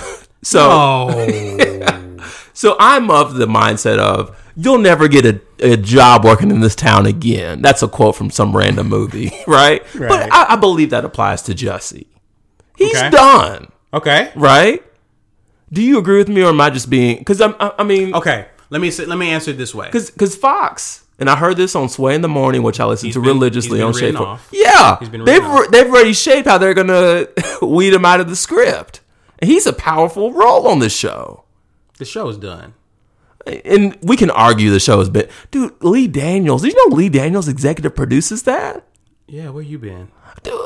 S2: so
S1: Oh,
S2: So I'm of the mindset of you'll never get a, a job working in this town again. That's a quote from some random movie, right? But I, I believe that applies to Jussie. He's
S1: Okay.
S2: done,
S1: okay,
S2: right? Do you agree with me, or am I just being? Because I'm. I, I mean,
S1: okay. Let me say, let me answer it this way.
S2: because Fox and I heard this on Sway in the Morning, which I listen to
S1: been-
S2: religiously
S1: he's been
S2: on
S1: written
S2: Shape.
S1: off.
S2: Yeah,
S1: been
S2: they've
S1: written off.
S2: they've already shaped how they're gonna weed him out of the script. And he's a powerful role on this show.
S1: The show is done.
S2: and we can argue the show is bit dude lee daniels did you know lee daniels executive produces that
S1: Yeah, where you been?
S2: dude,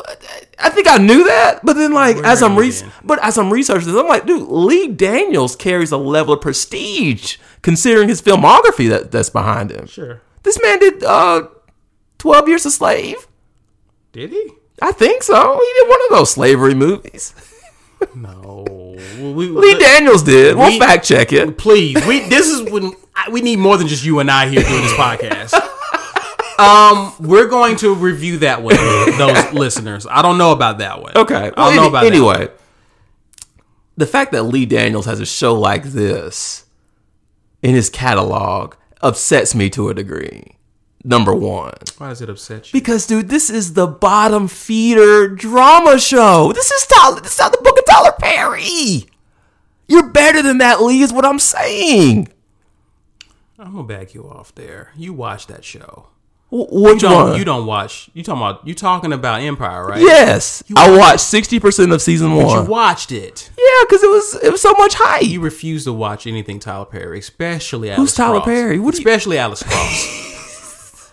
S2: i think i knew that but then like as i'm
S1: have you
S2: re-
S1: been?
S2: but as i'm researching this i'm like dude lee daniels carries a level of prestige considering his filmography that, that's behind him
S1: Sure.
S2: this man did uh 12 years a slave
S1: Did he?
S2: i think so he did one of those slavery movies
S1: No. We,
S2: lee daniels did we'll
S1: Lee-
S2: fact check it
S1: please. We this is when I, we need more than just you and I here doing this podcast. Um, we're going to review that one, those listeners. I don't know about that one.
S2: Okay.
S1: I don't
S2: Well,
S1: know about that.
S2: anyway. The fact that Lee Daniels has a show like this in his catalog upsets me to a degree. Number one.
S1: Why does it upset you?
S2: Because dude, this is the bottom feeder drama show. This is Tyler this is not the book of Tyler Perry. You're better than that, Lee, is what I'm saying.
S1: I'm gonna back you off there. You watch that show.
S2: Wh- Which
S1: You don't,
S2: one?
S1: you don't watch. You talking about you talking about Empire, right?
S2: yes. I watched sixty percent of season
S1: You
S2: one.
S1: watched it.
S2: yeah, because it was it was so much hype.
S1: You refuse to watch anything Tyler Perry, especially Alice
S2: Tyler
S1: Cross.
S2: Perry? What do you-
S1: especially Alice Cross.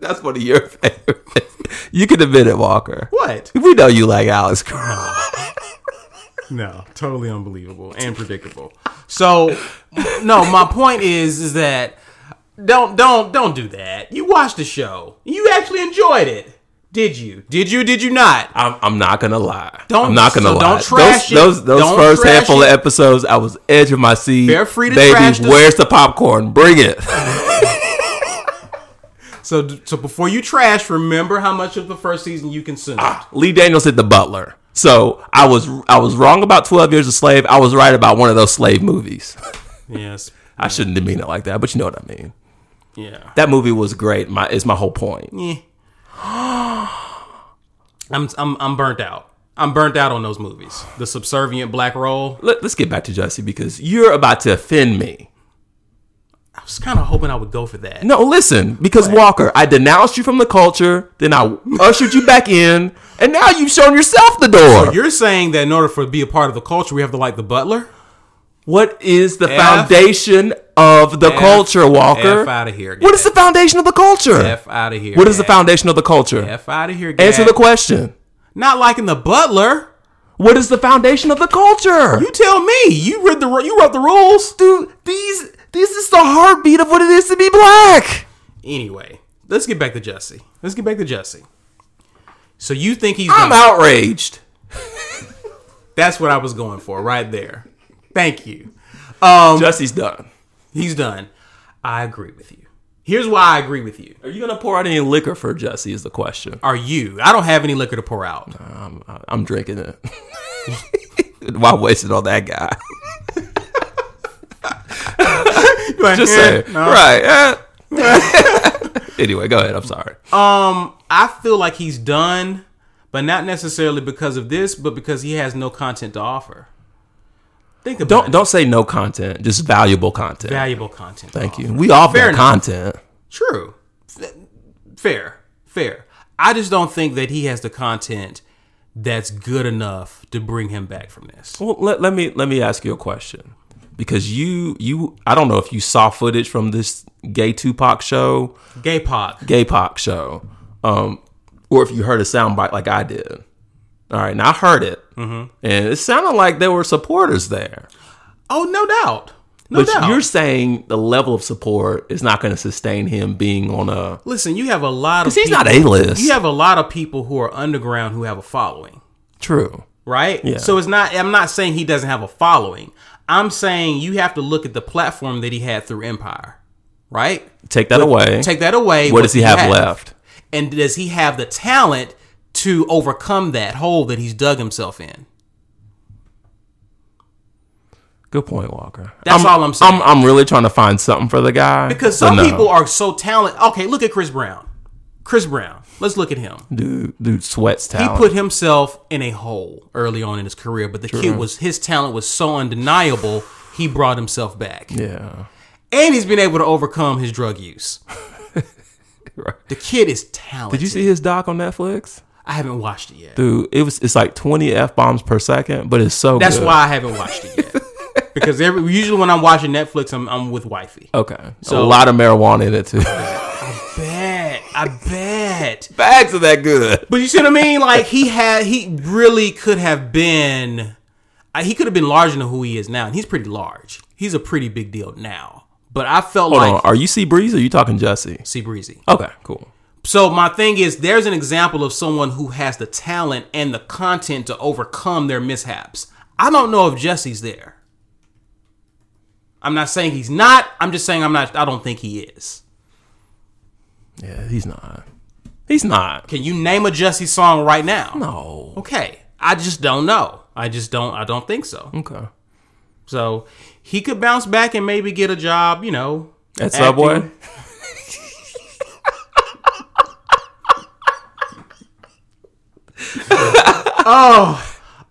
S2: That's one of your favorites. You can admit it, Walker.
S1: what?
S2: We know you like Alex Cross.
S1: No, totally unbelievable and predictable. So, no, my point is is that don't don't don't do that. You watched the show. You actually enjoyed it. Did you? Did you? Did you not?
S2: I'm, I'm not gonna lie.
S1: Don't-
S2: I'm not gonna
S1: so
S2: lie.
S1: don't trash it.
S2: those, Those, those
S1: Don't
S2: first
S1: trash
S2: handful
S1: it.
S2: of episodes, I was edge of my seat.
S1: They're free to
S2: Baby,
S1: trash this-
S2: where's the popcorn? Bring it.
S1: So so before you trash, remember how much of the first season you consumed.
S2: Lee Daniels did the Butler. So I was I was wrong about Twelve Years a Slave. I was right about one of those slave movies.
S1: Yes.
S2: I shouldn't demean it like that, but you know what I mean.
S1: Yeah.
S2: That movie was great. My is my whole point.
S1: Eh. I'm I'm I'm burnt out. I'm burnt out on those movies. The subservient black role.
S2: Let, let's get back to Jussie because you're about to offend me.
S1: I was kind of hoping I would go for that.
S2: No, listen, because Walker, I denounced you from the culture, then I ushered you back in, and now you've shown yourself the door.
S1: You're saying that in order for to be a part of the culture, we have to like the butler.
S2: what is the foundation of the culture, Walker?
S1: F outta here,
S2: What is the foundation of the culture?
S1: F out of here.
S2: what is the
S1: Gat.
S2: foundation of the culture?
S1: F out of here? Gat.
S2: Answer the question.
S1: Not liking the butler.
S2: What is the foundation of the culture?
S1: You tell me. You read the ru- you wrote the rules.
S2: dude, these this is the heartbeat of what it is to be black.
S1: Anyway, let's get back to Jesse. Let's get back to Jesse. So you think he's
S2: I'm
S1: gonna-
S2: outraged.
S1: That's what I was going for right there. Thank you. Um,
S2: Jussie's done.
S1: He's done. I agree with you. Here's why I agree with you.
S2: Are you gonna pour out any liquor for Jussie? Is the question.
S1: Are you? I don't have any liquor to pour out.
S2: I'm, uh, I'm drinking it. Why waste it on that guy? Just saying. Right. eh. anyway, go ahead. I'm sorry.
S1: Um, I feel like he's done, but not necessarily because of this, but because he has no content to offer. Think about
S2: don't
S1: it.
S2: don't say no content. Just valuable content.
S1: valuable content.
S2: Thank you. We offer
S1: Fair enough.
S2: content.
S1: True. F- Fair. Fair. I just don't think that he has the content that's good enough to bring him back from this.
S2: Well, let, let me let me ask you a question. because you you I don't know if you saw footage from this gay Tupac show,
S1: Gay Pac.
S2: gay Pac show, um, or if you heard a soundbite like I did. All right, now I heard it,
S1: Mm-hmm.
S2: and it sounded like there were supporters there.
S1: Oh, no doubt. No
S2: but
S1: doubt.
S2: you're saying the level of support is not going to sustain him being on a.
S1: Listen, you have a lot of
S2: He's
S1: people,
S2: not a list.
S1: you have a lot of people who are underground who have a following,
S2: True.
S1: right?
S2: Yeah.
S1: So it's not I'm not saying he doesn't have a following. I'm saying you have to look at the platform that he had through Empire, right?
S2: Take that away.
S1: Take that away.
S2: what does he have left?
S1: And does he have the talent to overcome that hole that he's dug himself in?
S2: Good point, Walker.
S1: That's all I'm saying.
S2: I'm, I'm really trying to find something for the guy
S1: Because
S2: but
S1: some
S2: no.
S1: people are so talented. Okay, look at Chris Brown. Chris Brown. Let's look at him.
S2: dude, dude sweats
S1: He
S2: talent.
S1: put himself in a hole early on in his career, but the kid was his talent was so undeniable. He brought himself back,
S2: yeah,
S1: and he's been able to overcome his drug use.
S2: Right.
S1: The kid is talented.
S2: Did you see his doc on Netflix?
S1: I haven't watched it yet.
S2: Dude, it was it's like 20 f bombs per second, but it's so
S1: That's
S2: good.
S1: why I haven't watched it yet. because every usually when I'm watching Netflix, I'm, I'm with wifey.
S2: Okay, so
S1: So-
S2: a lot of marijuana in it too.
S1: bet. I bet.
S2: Bags are that good.
S1: But you see what I mean? Like he had, he really could have been. I- He could have been larger than who he is now, and he's pretty large. He's a pretty big deal now. But I felt
S2: Hold on,
S1: like
S2: are you Sea Breeze or you talking Jesse?
S1: Sea Breezy.
S2: Okay, cool.
S1: So my thing is, there's an example of someone who has the talent and the content to overcome their mishaps. I don't know if Jesse's there. I'm not saying he's not. I'm just saying I'm not. I don't think he is.
S2: Yeah, he's not. He's not.
S1: Can you name a Jesse song right now?
S2: No.
S1: Okay, I just don't know. I just don't. I don't think so.
S2: Okay.
S1: So he could bounce back and maybe get a job, you know,
S2: At
S1: acting.
S2: Subway.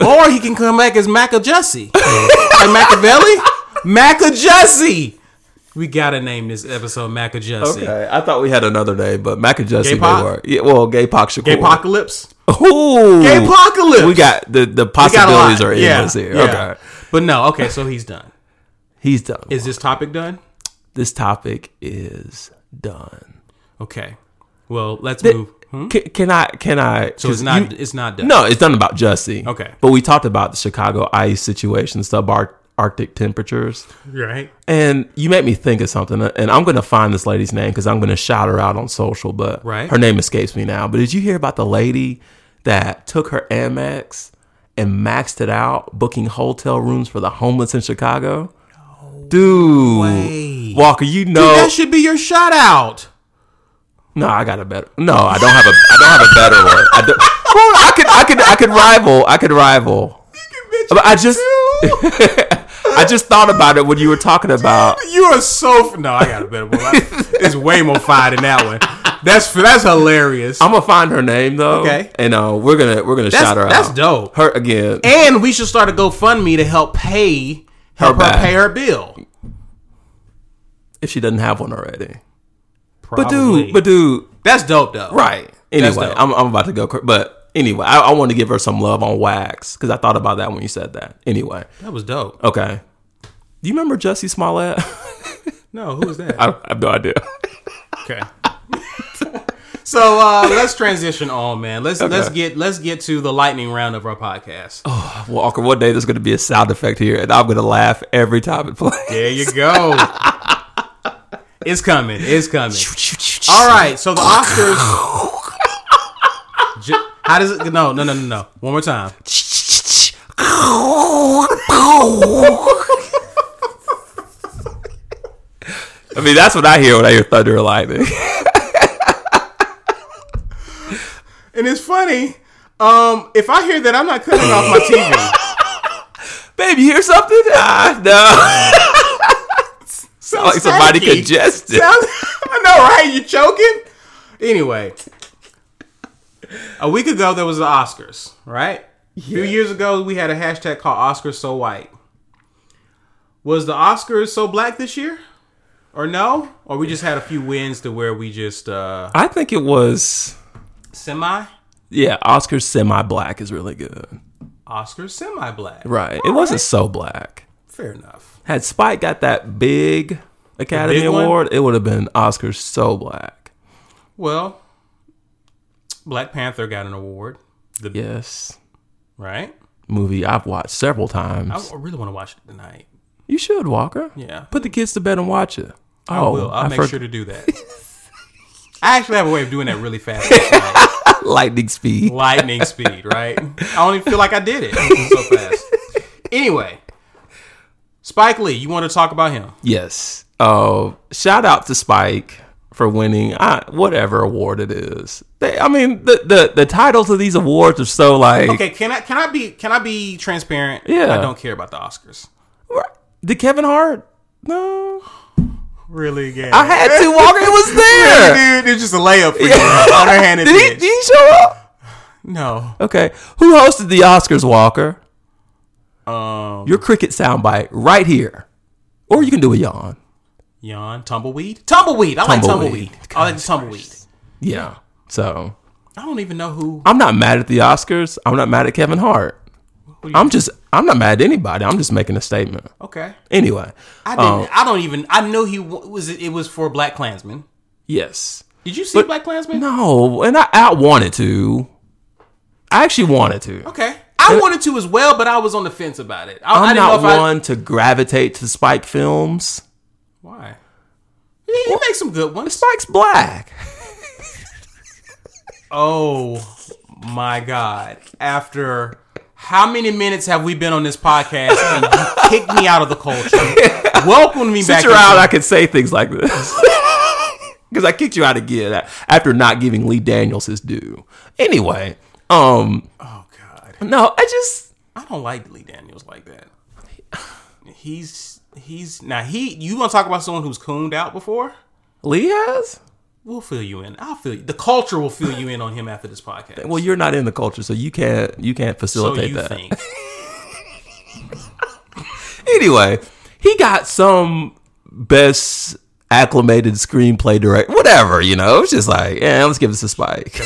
S1: or he can come back as Maca Jesse, like Machiavelli, Maca Jesse. We gotta name this episode Maca Jesse.
S2: Okay, I thought we had another day, but Mac and Jesse
S1: Gay Pac?
S2: may work. Yeah, well, Gay Pac Shakur.
S1: Apocalypse.
S2: Ooh,
S1: Apocalypse.
S2: We got the the
S1: We got a lot.
S2: possibilities are endless here.
S1: yeah.
S2: Okay,
S1: But no, okay, so he's done.
S2: he's done.
S1: Is this topic done?
S2: this topic is done.
S1: Okay. Well, let's move. Hmm?
S2: Can, can I? Can I?
S1: So it's not it's not done.
S2: no, it's done about Jesse.
S1: Okay.
S2: but we talked about the Chicago ice situation, subarctic temperatures,
S1: Right.
S2: and you made me think of something. And I'm going to find this lady's name because I'm going to shout her out on social. But
S1: Right.
S2: her name escapes me now. But did you hear about the lady that took her Amex and maxed it out, booking hotel rooms for the homeless in Chicago? Dude,
S1: way.
S2: Walker, you know
S1: That should be your shout out.
S2: No, I got a better. No, I don't have a. I don't have a better one. I, don't, Well, I could. I could. I could rival. I could rival. But I just. I just thought about it when you were talking about.
S1: You are so f- no. I got a better one. It's way more fire than that one. That's that's hilarious.
S2: I'm gonna find her name though.
S1: Okay.
S2: And uh, we're gonna we're gonna
S1: That's,
S2: shout her
S1: that's
S2: out.
S1: dope.
S2: Her again.
S1: And we should start a GoFundMe to help pay help her,
S2: back.
S1: pay her bill.
S2: If she doesn't have one already.
S1: Probably.
S2: But dude. But dude.
S1: that's dope though.
S2: Right.
S1: That's
S2: Anyway,
S1: dope.
S2: I'm, I'm about to go. cr- But anyway, I, I want to give her some love on wax because I thought about that when you said that. Anyway.
S1: That was dope.
S2: Okay. Do you remember Jesse Smollett?
S1: No, who was that?
S2: I, I have no idea.
S1: Okay. so uh, let's transition on, man. Let's let's get let's get to the lightning round of our podcast.
S2: Oh. Walker, one day there's going to be a sound effect here, and I'm going to laugh every time it plays.
S1: There you go. it's coming. It's coming. All right. So the Oscars. Ju- How does it? No, no, no, no, no. One more time.
S2: I mean, that's what I hear when I hear thunder or lightning.
S1: And it's funny. Um, if I hear that, I'm not cutting off my TV.
S2: Babe, you hear something? Ah, no.
S1: Sounds
S2: like somebody
S1: staticky.
S2: congested.
S1: Sounds- I know, right? You choking? Anyway, a week ago there was the Oscars, right? A few years ago we had a hashtag called Oscars So White. Was the Oscars so black this year? Or no? Or we just had a few wins to where we just uh
S2: I think it was,
S1: semi
S2: yeah, Oscar semi black is really good.
S1: Oscars semi black.
S2: Right. It wasn't so black.
S1: Fair enough.
S2: Had Spike got that big Academy
S1: big one?
S2: Award, it would have been Oscars so black.
S1: Well, Black Panther got an award, The-
S2: Yes.
S1: right?
S2: Movie I've watched several times.
S1: I I really want to watch it tonight.
S2: you should, Walker.
S1: Yeah.
S2: Put the kids to bed and watch it. Oh,
S1: I will. I'll
S2: I
S1: make
S2: forgot-
S1: sure to do that. I actually have a way of doing that really fast. Like,
S2: lightning speed.
S1: lightning speed, right? I don't even feel like I did it. It was so fast. Anyway, Spike Lee, you want to talk about him?
S2: Yes. Uh, shout out to Spike for winning I, whatever award it is. They, I mean, the, the the titles of these awards are so like.
S1: Okay, can I can I be can I be transparent?
S2: Yeah.
S1: I don't care about the Oscars.
S2: Did Kevin Hart? No.
S1: Really again.
S2: I had to, Walker. It was there.
S1: Dude, it's just a layup for you. On her hand and
S2: Did he, did he show up?
S1: No.
S2: Okay. Who hosted the Oscars, Walker?
S1: Um
S2: Your cricket soundbite right here. Or you can do a yawn.
S1: Yawn. Tumbleweed? Tumbleweed. I like
S2: Tumbleweed.
S1: tumbleweed. I like tumbleweed.
S2: Yeah. So
S1: I don't even know who
S2: I'm not mad at the Oscars. I'm not mad at Kevin Hart.
S1: do you-
S2: I'm just I'm not mad at anybody. I'm just making a statement.
S1: Okay.
S2: Anyway,
S1: I didn't
S2: Oh.
S1: I don't even I knew he wa- was it was for Black Klansman.
S2: yes.
S1: Did you see Black Klansman?
S2: No, and I, I wanted to. I actually wanted to.
S1: Okay. I wanted to as well, but I was on the fence about it. I, I
S2: I'm
S1: didn't know
S2: not
S1: if I
S2: one to gravitate to Spike films.
S1: Why? Yeah, you make some good ones.
S2: Spike's black.
S1: Oh my God. After how many minutes have we been on this podcast and you kicked me out of the culture? Welcome me back.
S2: Since you're out,
S1: into-
S2: I could say things like this. Because I kicked you out again after not giving Lee Daniels his due. Anyway, um,
S1: oh God.
S2: no, I just
S1: I don't like Lee Daniels like that. He's he's now he you wanna talk about someone who's cooned out before?
S2: Lee has.
S1: We'll fill you in. I'll fill you. The culture will fill you in on him after this podcast.
S2: Well, you're not in the culture, so you can't you can't
S1: so
S2: facilitate
S1: you
S2: that.
S1: think.
S2: Anyway, he got some best acclimated screenplay direct, whatever. You know, it's just like, yeah, let's give this a spike.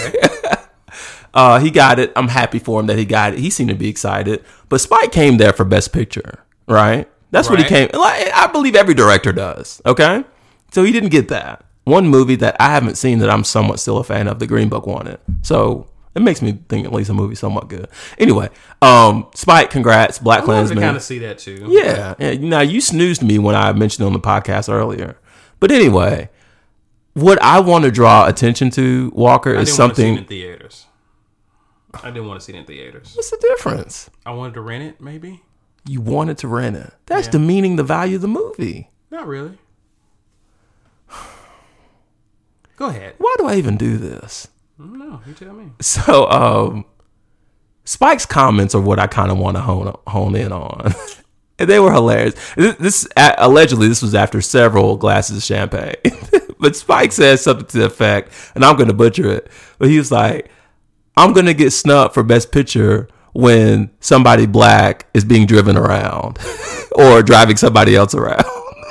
S2: uh, he got it. I'm happy for him that he got it. He seemed to be excited, but Spike came there for best picture, right? That's what he came.
S1: Right.
S2: Like, I believe every director does. Okay, so he didn't get that one movie that I haven't seen that I'm somewhat still a fan of. The Green Book won it, so. It makes me think at least a movie's somewhat good. Anyway, um, Spike, congrats, Black
S1: I
S2: Klansman.
S1: kind of see that too.
S2: Yeah. yeah. Now you snoozed me when I mentioned on the podcast earlier. But anyway, what I want to draw attention to, Walker,
S1: I
S2: is
S1: didn't
S2: something.
S1: want to see it in theaters. I didn't want to see it in theaters.
S2: What's the difference?
S1: I wanted to rent it, maybe.
S2: You wanted to rent it. That's demeaning the value of the movie.
S1: Not really. Go ahead.
S2: Why do I even do this?
S1: No, you tell me.
S2: So, um, Spike's comments are what I kind of want to hone hone in on. and they were hilarious. This, this a- allegedly this was after several glasses of champagne. but Spike said something to the effect, and I'm going to butcher it. But he was like, "I'm going to get snubbed for best picture when somebody black is being driven around or driving somebody else around."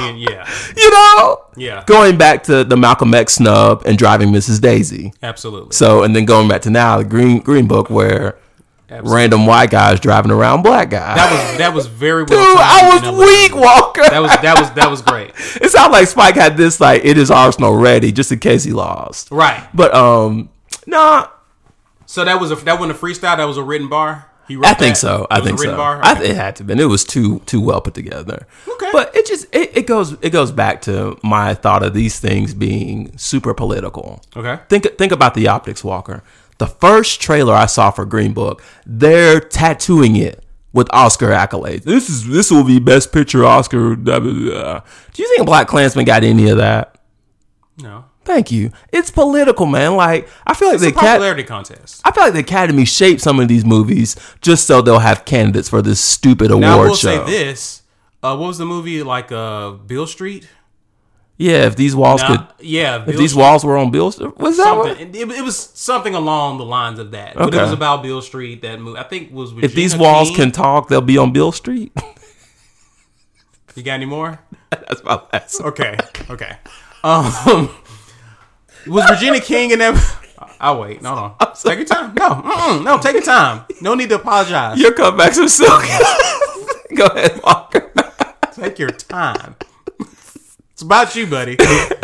S1: Being yeah,
S2: you know?
S1: yeah,
S2: Going back to the Malcolm X snub and driving Mrs. Daisy.
S1: absolutely.
S2: So and then going back to now the Green Green Book where
S1: Absolutely.
S2: random white guys driving around black guys.
S1: that was that was very well.
S2: Dude,
S1: timed
S2: I
S1: and
S2: was
S1: that
S2: weak, Walker.
S1: That was that was that was great.
S2: it sounded like Spike had this like it is Arsenal ready just in case he lost.
S1: Right.
S2: But um, nah,
S1: So that was a that wasn't a freestyle. That was a written bar. He wrote
S2: I think
S1: that?
S2: so.
S1: It
S2: I
S1: was
S2: think
S1: a
S2: so.
S1: written bar.
S2: I
S1: Okay.
S2: th- it had to been. It was too too well put together.
S1: Okay.
S2: But it just it, it goes it goes back to my thought of these things being super political.
S1: okay.
S2: Think think about the optics, Walker. The first trailer I saw for Green Book, they're tattooing it with Oscar accolades. This is this will be best picture Oscar. Blah, blah, blah. Do you think Black Klansman got any of that?
S1: No.
S2: Thank you. It's political, man. Like I feel like the cat.
S1: Popularity contest.
S2: I feel like the Academy shaped some of these movies just so they'll have candidates for this stupid award
S1: Now I will say
S2: show.
S1: this. Uh, what was the movie like? Uh, Bill Street.
S2: yeah, if these walls
S1: Uh,
S2: could,
S1: yeah.
S2: if
S1: Bill
S2: these walls were on Bill's, was that one?
S1: something. It, it was something along the lines of that. But
S2: Okay.
S1: it was about Bill Street. That movie, I think, was. Regina
S2: If these walls
S1: King.
S2: can talk, they'll be on Bill Street.
S1: You got any more?
S2: That's my last.
S1: Okay. Okay. Um, was Regina King in that? I'll wait. Hold on. Take your time. No. Mm-mm, no. Take your time. No need to apologize.
S2: Your comeback's are silk. Go ahead, Walker.
S1: Take your time. It's about you, buddy,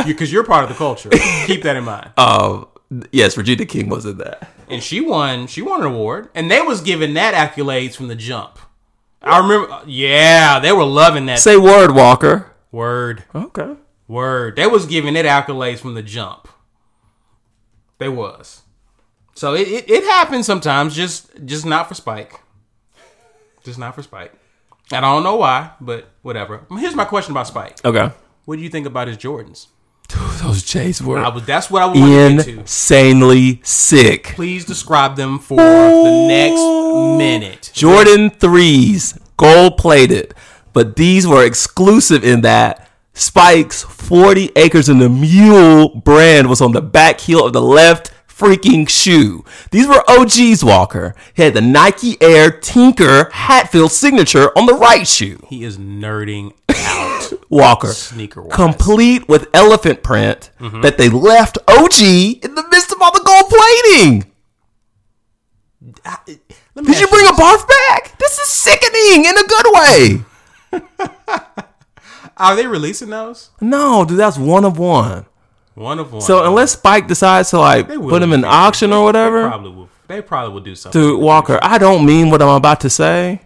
S1: because you're part of the culture. Keep that in mind.
S2: Um, yes, Regina King was in that.
S1: and she won. She won an award, and they was giving that accolades from the jump. I remember. Yeah, they were loving that
S2: Say word, Walker.
S1: word.
S2: Okay.
S1: Word. They was giving it accolades from the jump. They was. So it, it, it happens sometimes, just just not for Spike. Just not for Spike. And I don't know why, but whatever. Here's my question about Spike.
S2: Okay.
S1: What do you think about his Jordans?
S2: Those J's
S1: I
S2: were
S1: was that's what I was to get to.
S2: insanely sick.
S1: Please describe them for the next minute.
S2: Jordan 3s, gold plated, but these were exclusive in that Spike's 40 Acres and the Mule brand was on the back heel of the left freaking shoe. These were OG's Walker. He had the Nike Air Tinker Hatfield signature on the right shoe.
S1: He is nerding
S2: Walker.
S1: sneaker wise.
S2: Complete with elephant print that they left OG in the midst of all the gold plating.
S1: Let me
S2: Did you
S1: ask
S2: bring a barf back? This is sickening in a good way.
S1: Are they releasing those?
S2: No, dude, that's one of one.
S1: One of one.
S2: So unless Spike decides to like
S1: will.
S2: put him in auction or whatever,
S1: probably will. They probably will do something.
S2: dude, Walker, I don't mean what I'm about to say,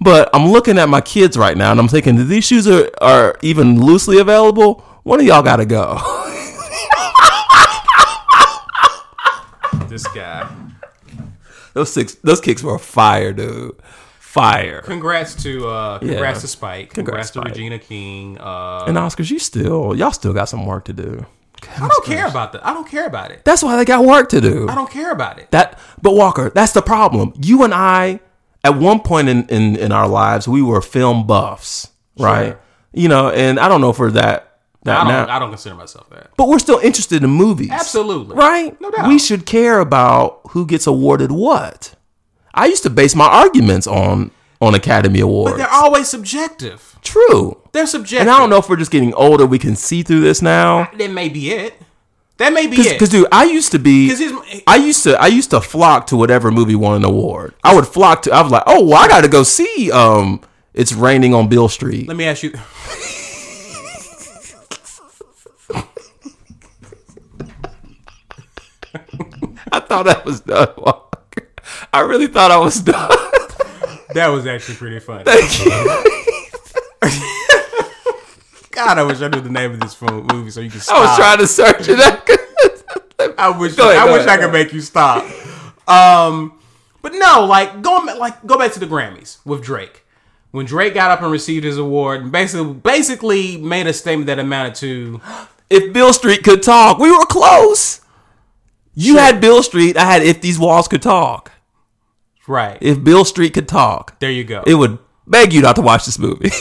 S2: but I'm looking at my kids right now and I'm thinking, if these shoes are, are even loosely available, one of y'all gotta go.
S1: This guy.
S2: those six, those kicks were fire, dude, fire.
S1: Congrats to uh, congrats
S2: Yeah.
S1: to Spike. Congrats,
S2: Congrats,
S1: to
S2: Spike.
S1: Regina King. Uh,
S2: And Oscars, you still, y'all still got some work to do.
S1: I don't care about that. I don't care about it.
S2: That's why they got work to do.
S1: I don't care about it.
S2: That, but Walker, that's the problem. You and I, at one point in in, in our lives, we were film buffs, right?
S1: Sure.
S2: You know, and I don't know for that
S1: I
S2: that
S1: don't.
S2: now,
S1: I don't consider myself that.
S2: but we're still interested in movies,
S1: Absolutely.
S2: right?
S1: No doubt.
S2: We should care about who gets awarded what. I used to base my arguments on on Academy Awards.
S1: They're always subjective.
S2: True,
S1: They're subjective.
S2: and I don't know if we're just getting older. We can see through this now.
S1: That may be it. That may be it.
S2: Because, dude, I used to be.
S1: 'Cause he's-
S2: I used to. I used to flock to whatever movie won an award. I would flock to. I was like, oh, well, I got to go see. Um, it's raining on Bill Street.
S1: Let me ask you.
S2: I thought that was done. Walker. I really thought I was done.
S1: That was actually pretty funny. God, I wish I knew the name of this fo- movie so you could stop.
S2: I was trying to search it. I couldn't.
S1: I wish
S2: ahead,
S1: I
S2: go
S1: wish I
S2: ahead,
S1: could make you stop. Um, but no, like going ba- like go back to the Grammys with Drake. When Drake got up and received his award, and basically basically made a statement that amounted to
S2: if Bill Street could talk, we were close. You had Bill Street. I had if these walls could talk.
S1: right.
S2: If Bill Street could talk,
S1: there you go.
S2: it would beg you not to watch this movie.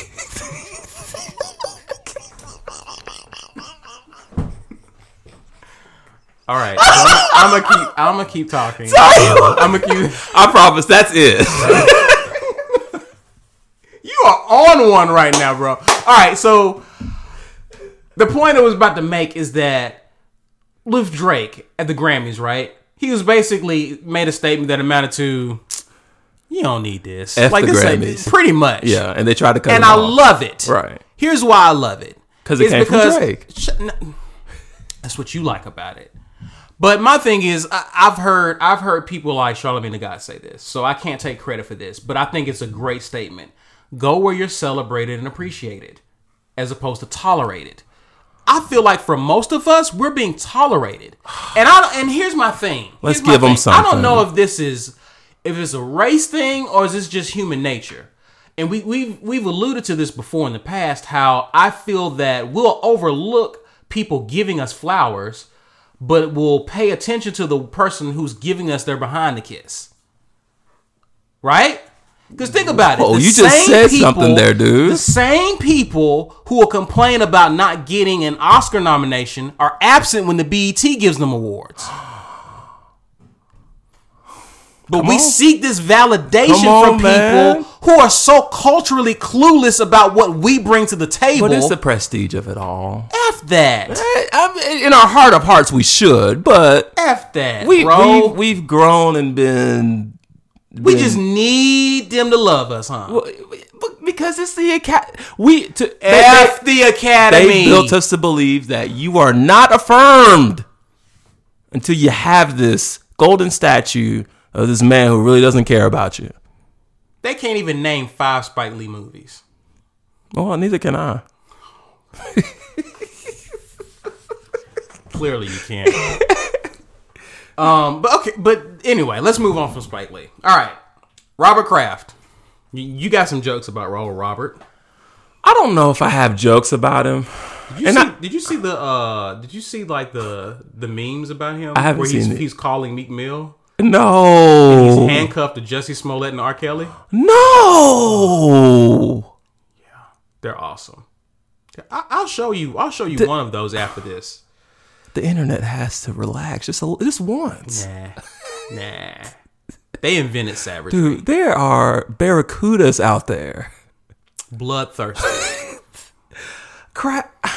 S1: All right, I'm, gonna keep I'm gonna keep talking. I'm gonna keep.
S2: I promise. That's it.
S1: You are on one right now, bro. All right, so the point I was about to make is that with Drake at the Grammys, right? He was basically made a statement that amounted to, "You don't need this."
S2: F the
S1: this ain't-
S2: Grammys.
S1: pretty much.
S2: Yeah, and they tried to cut
S1: and
S2: him
S1: I
S2: off.
S1: love it.
S2: Right.
S1: Here's why I love it.
S2: 'Cause it
S1: It's
S2: came from Drake.
S1: Sh- n- That's what you like about it. But my thing is, I, I've heard I've heard people like Charlamagne the God say this, so I can't take credit for this. But I think it's a great statement. Go where you're celebrated and appreciated, as opposed to tolerated. I feel like for most of us, we're being tolerated. And I don't- and here's my thing.
S2: Let's
S1: Here's my
S2: give 'em
S1: thing. I
S2: something.
S1: don't know if this is if it's a race thing or is this just human nature. And we we've we've alluded to this before in the past how I feel that we'll overlook people giving us flowers, but we'll pay attention to the person who's giving us their behind the kiss. Right? Because think about it.
S2: Whoa,
S1: the
S2: Oh, you just
S1: same
S2: said something there, dude.
S1: The same people who will complain about not getting an Oscar nomination are absent when the BET gives them awards. But we
S2: on.
S1: seek this validation
S2: Come on,
S1: from people
S2: man.
S1: who are so culturally clueless about what we bring to the table.
S2: But it's the prestige of it all.
S1: F that.
S2: in our heart of hearts, we should, but
S1: F that.
S2: we,
S1: bro.
S2: we've, we've grown and been.
S1: we just need them to love us, huh?
S2: But
S3: because it's the academy.
S1: We to
S3: F the
S2: They
S3: academy.
S2: built us to believe that you are not affirmed until you have this golden statue of this man who really doesn't care about you.
S1: they can't even name five Spike Lee movies.
S2: Well, Oh, neither can I.
S1: Clearly, you can't. um, but okay, but anyway, let's move on from Spike Lee. All right, Robert Kraft. You, you got some jokes about Raul Robert.
S2: I don't know if I have jokes about him.
S1: Did you,
S2: And
S1: see,
S2: I-
S1: did you see the uh did you see like the the memes about him
S2: I haven't
S1: where he's
S2: seen it.
S1: he's calling Meek Mill? He's
S2: No.
S1: handcuffed to Jesse Smollett and R. Kelly.
S2: no.
S1: They're awesome. I, I'll show you I'll show you one of those after this.
S2: The internet has to relax just a, just once.
S1: Nah. Nah. They invented savagery.
S2: Dude, there are barracudas out there.
S1: Bloodthirsty.
S2: crap.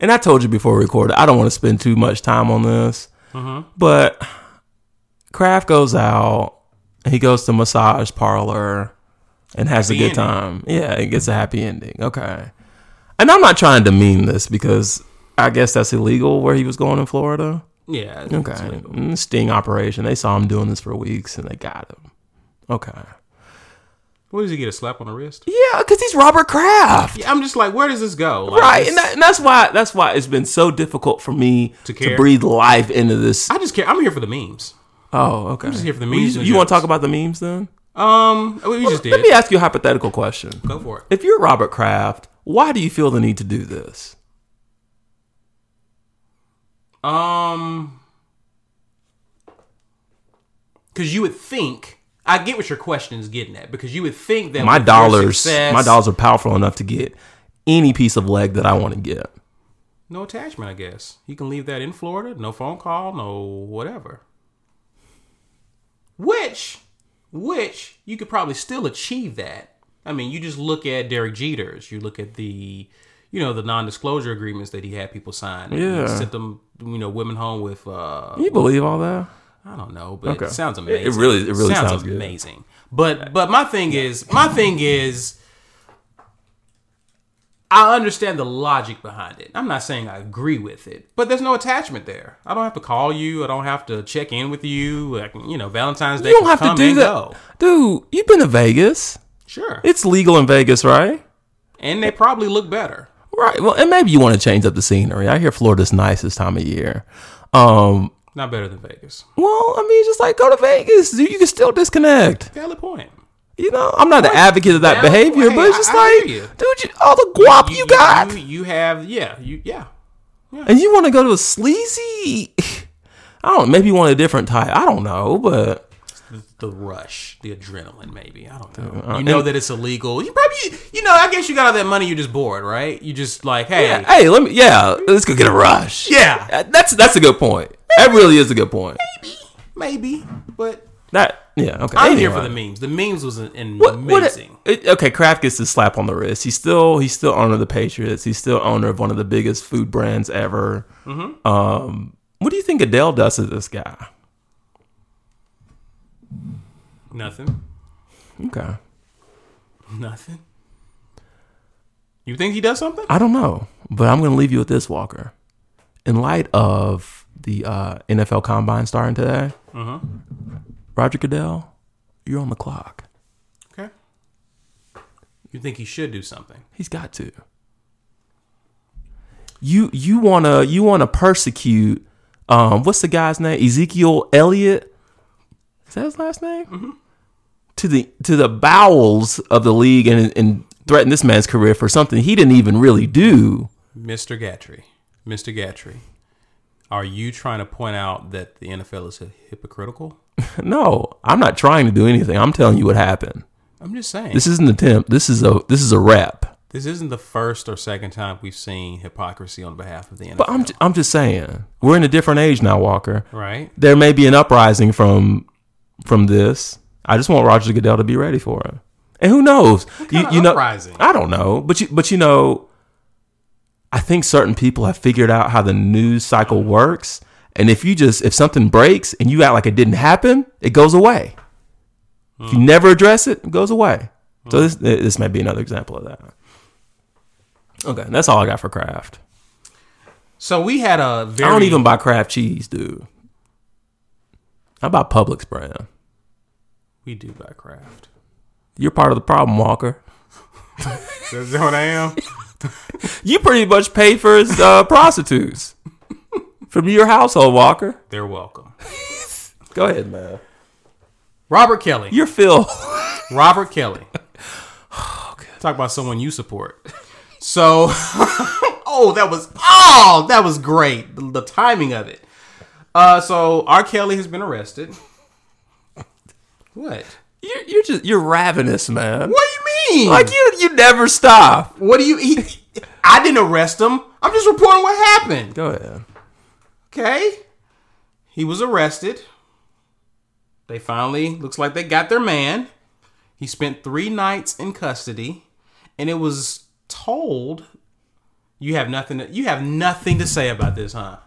S2: And I told you before we recorded, I don't want to spend too much time on this.
S1: Mm-hmm.
S2: But Kraft goes out, he goes to massage parlor, and has a
S1: Happy
S2: good
S1: ending.
S2: time. Yeah, it gets a happy ending. Okay. And I'm not trying to demean this because I guess that's illegal where he was going in Florida.
S1: Yeah.
S2: Okay. Mm, Sting operation. They saw him doing this for weeks and they got him. Okay.
S1: What does he get a slap on the wrist?
S2: Yeah, because he's Robert Kraft.
S1: Yeah, I'm just like, where does this go? Like,
S2: right
S1: this-
S2: and, that, and that's why that's why it's been so difficult for me to,
S1: care?
S2: breathe life into this
S1: I just care. I'm here for the memes.
S2: oh okay
S1: just here for the
S2: Well, you-
S1: memes
S2: you,
S1: and
S2: want
S1: jokes.
S2: to talk about the memes then
S1: Um, we we just
S2: let me
S1: did.
S2: ask you a hypothetical question
S1: Go for it.
S2: if you're robert kraft why do you feel the need to do this
S1: Um, because you would think I get what your question is getting at because you would think that
S2: my
S1: with your
S2: dollars
S1: success-
S2: my dollars are powerful enough to get any piece of leg that i want to get
S1: no attachment. I guess you can leave that in Florida. No phone call. No whatever. Which, which you could probably still achieve that. I mean, you just look at Derek Jeter's. You look at the, you know, the non-disclosure agreements that he had people sign.
S2: Yeah.
S1: he sent them, you know, women home with uh,
S2: you believe all that
S1: I don't know, but
S2: Okay.
S1: it sounds amazing.
S2: It- it really- it really sounds good.
S1: amazing. But but my thing is my thing is I understand the logic behind it. I'm not saying I agree with it, but there's no attachment there. I don't have to call you. I don't have to check in with you. I can, you know, Valentine's Day
S2: you don't
S1: can
S2: have to
S1: come
S2: do
S1: and
S2: that
S1: go.
S2: dude you've been to vegas
S1: Sure,
S2: it's legal in vegas right
S1: and they probably look better.
S2: right well and maybe you want to change up the scenery i hear florida's nice this time of year um
S1: Not better than Vegas.
S2: Well, I mean, just like go to Vegas, dude. You can still disconnect.
S1: Valid point.
S2: You know, I'm not an advocate of that
S1: Yeah,
S2: behavior,
S1: hey,
S2: but it's just
S1: I- I
S2: like,
S1: hear you.
S2: dude, you, all the guap you, got,
S1: you, you have yeah you yeah
S2: and you want to go to a sleazy. I don't. Maybe you want a different type. I don't know, but
S1: the, the rush, the adrenaline, maybe. I don't
S2: Uh,
S1: know. You know that it's illegal. You probably, you know, I guess you got all that money. You're just bored, right? You just like, hey,
S2: yeah, eh, hey, let me. Yeah, let's go get a rush.
S1: Yeah.
S2: Uh, that's that's a good point. That really is a good point.
S1: maybe, but
S2: That yeah. Okay,
S1: I'm here for
S2: anyway.
S1: the memes. The memes was an, an
S2: What- what-
S1: amazing.
S2: it- okay, Kraft gets the slap on the wrist. He's still he's still owner of the Patriots. He's still owner of one of the biggest food brands ever. Um, what do you think Adele does to this guy?
S1: nothing,
S2: Okay,
S1: nothing. You think he does something?
S2: I don't know, but I'm going to leave you with this, Walker. In light of the uh, NFL Combine starting today, Roger Goodell, you're on the clock.
S1: Okay. You think he should do something?
S2: He's got to. You you wanna you wanna persecute um what's the guy's name? Ezekiel Elliott? Is that his last name? To the to the bowels of the league and and threaten this man's career for something he didn't even really do.
S1: Mr. Gatry, Mr. Gatry, are you trying to point out that the NFL is hypocritical?
S2: No, I'm not trying to do anything. I'm telling you what happened.
S1: I'm just saying.
S2: This is an attempt. This is a this is a rep.
S1: This isn't the first or second time we've seen hypocrisy on behalf of the NFL,
S2: But I'm ju- I'm just saying we're in a different age now, Walker.
S1: right?
S2: there may be an uprising from from this. I just want Roger Goodell to be ready for it. And who knows?
S1: kind of
S2: know,
S1: uprising?
S2: I don't know, but you but you know, I think certain people have figured out how the news cycle works. And if you just if something breaks
S1: Hmm.
S2: and you act like it didn't happen, it goes away. If you never address it, it goes away. So this this may be another example of that. Okay, that's all I got for craft.
S1: So we had a very.
S2: I don't even buy craft cheese, dude. I buy Publix brand.
S1: We do buy craft.
S2: You're part of the problem, Walker.
S1: That's what I am.
S2: You pretty much pay for his uh, prostitutes from your household, Walker.
S1: They're welcome.
S2: Go ahead, man.
S1: Robert Kelly.
S2: You're Phil.
S1: Robert Kelly.
S2: Oh,
S1: Talk about someone you support. So, oh, that was oh, that was great. The, the timing of it. Uh, so R. Kelly has been arrested. What?
S2: You're, you're just you're ravenous, man.
S1: What do you mean?
S2: Like you you never stop.
S1: what do you? He, I didn't arrest him. I'm just reporting what happened.
S2: Go ahead.
S1: Okay. He was arrested. They finally looks like they got their man. He spent three nights in custody, and it was told, "You have nothing. To, you have nothing to say about this, huh?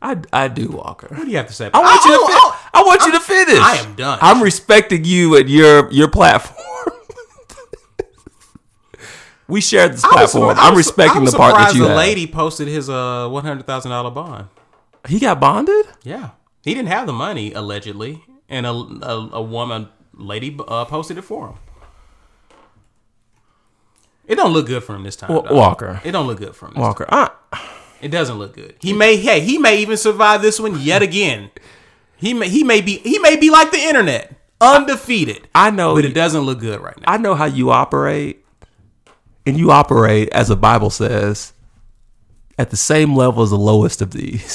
S2: I, I do, Walker.
S1: What do you have to say?"
S2: I
S1: About
S2: want you to
S1: Oh,
S2: finish.
S1: oh,
S2: I want you to finish.
S1: I am done.
S2: I'm respecting you and your your platform. we shared this
S1: oh. I was
S2: platform.
S1: sur- I
S2: I'm
S1: was-
S2: respecting
S1: I'm
S2: the part that
S1: surprised
S2: you
S1: The
S2: had.
S1: lady posted his uh one hundred thousand dollar bond.
S2: He got bonded.
S1: Yeah, he didn't have the money allegedly, and a a, a woman lady uh, posted it for him. It don't look good for him this time.
S2: Wa-
S1: dog.
S2: Walker.
S1: It don't look good for him. This
S2: Walker. I,
S1: time. It doesn't look good. He may hey he may even survive this one yet again. He may he may be he may be like the internet undefeated,
S2: I know.
S1: but it doesn't look good right now.
S2: I know how you operate, and you operate as the Bible says, at the same level as the lowest of these.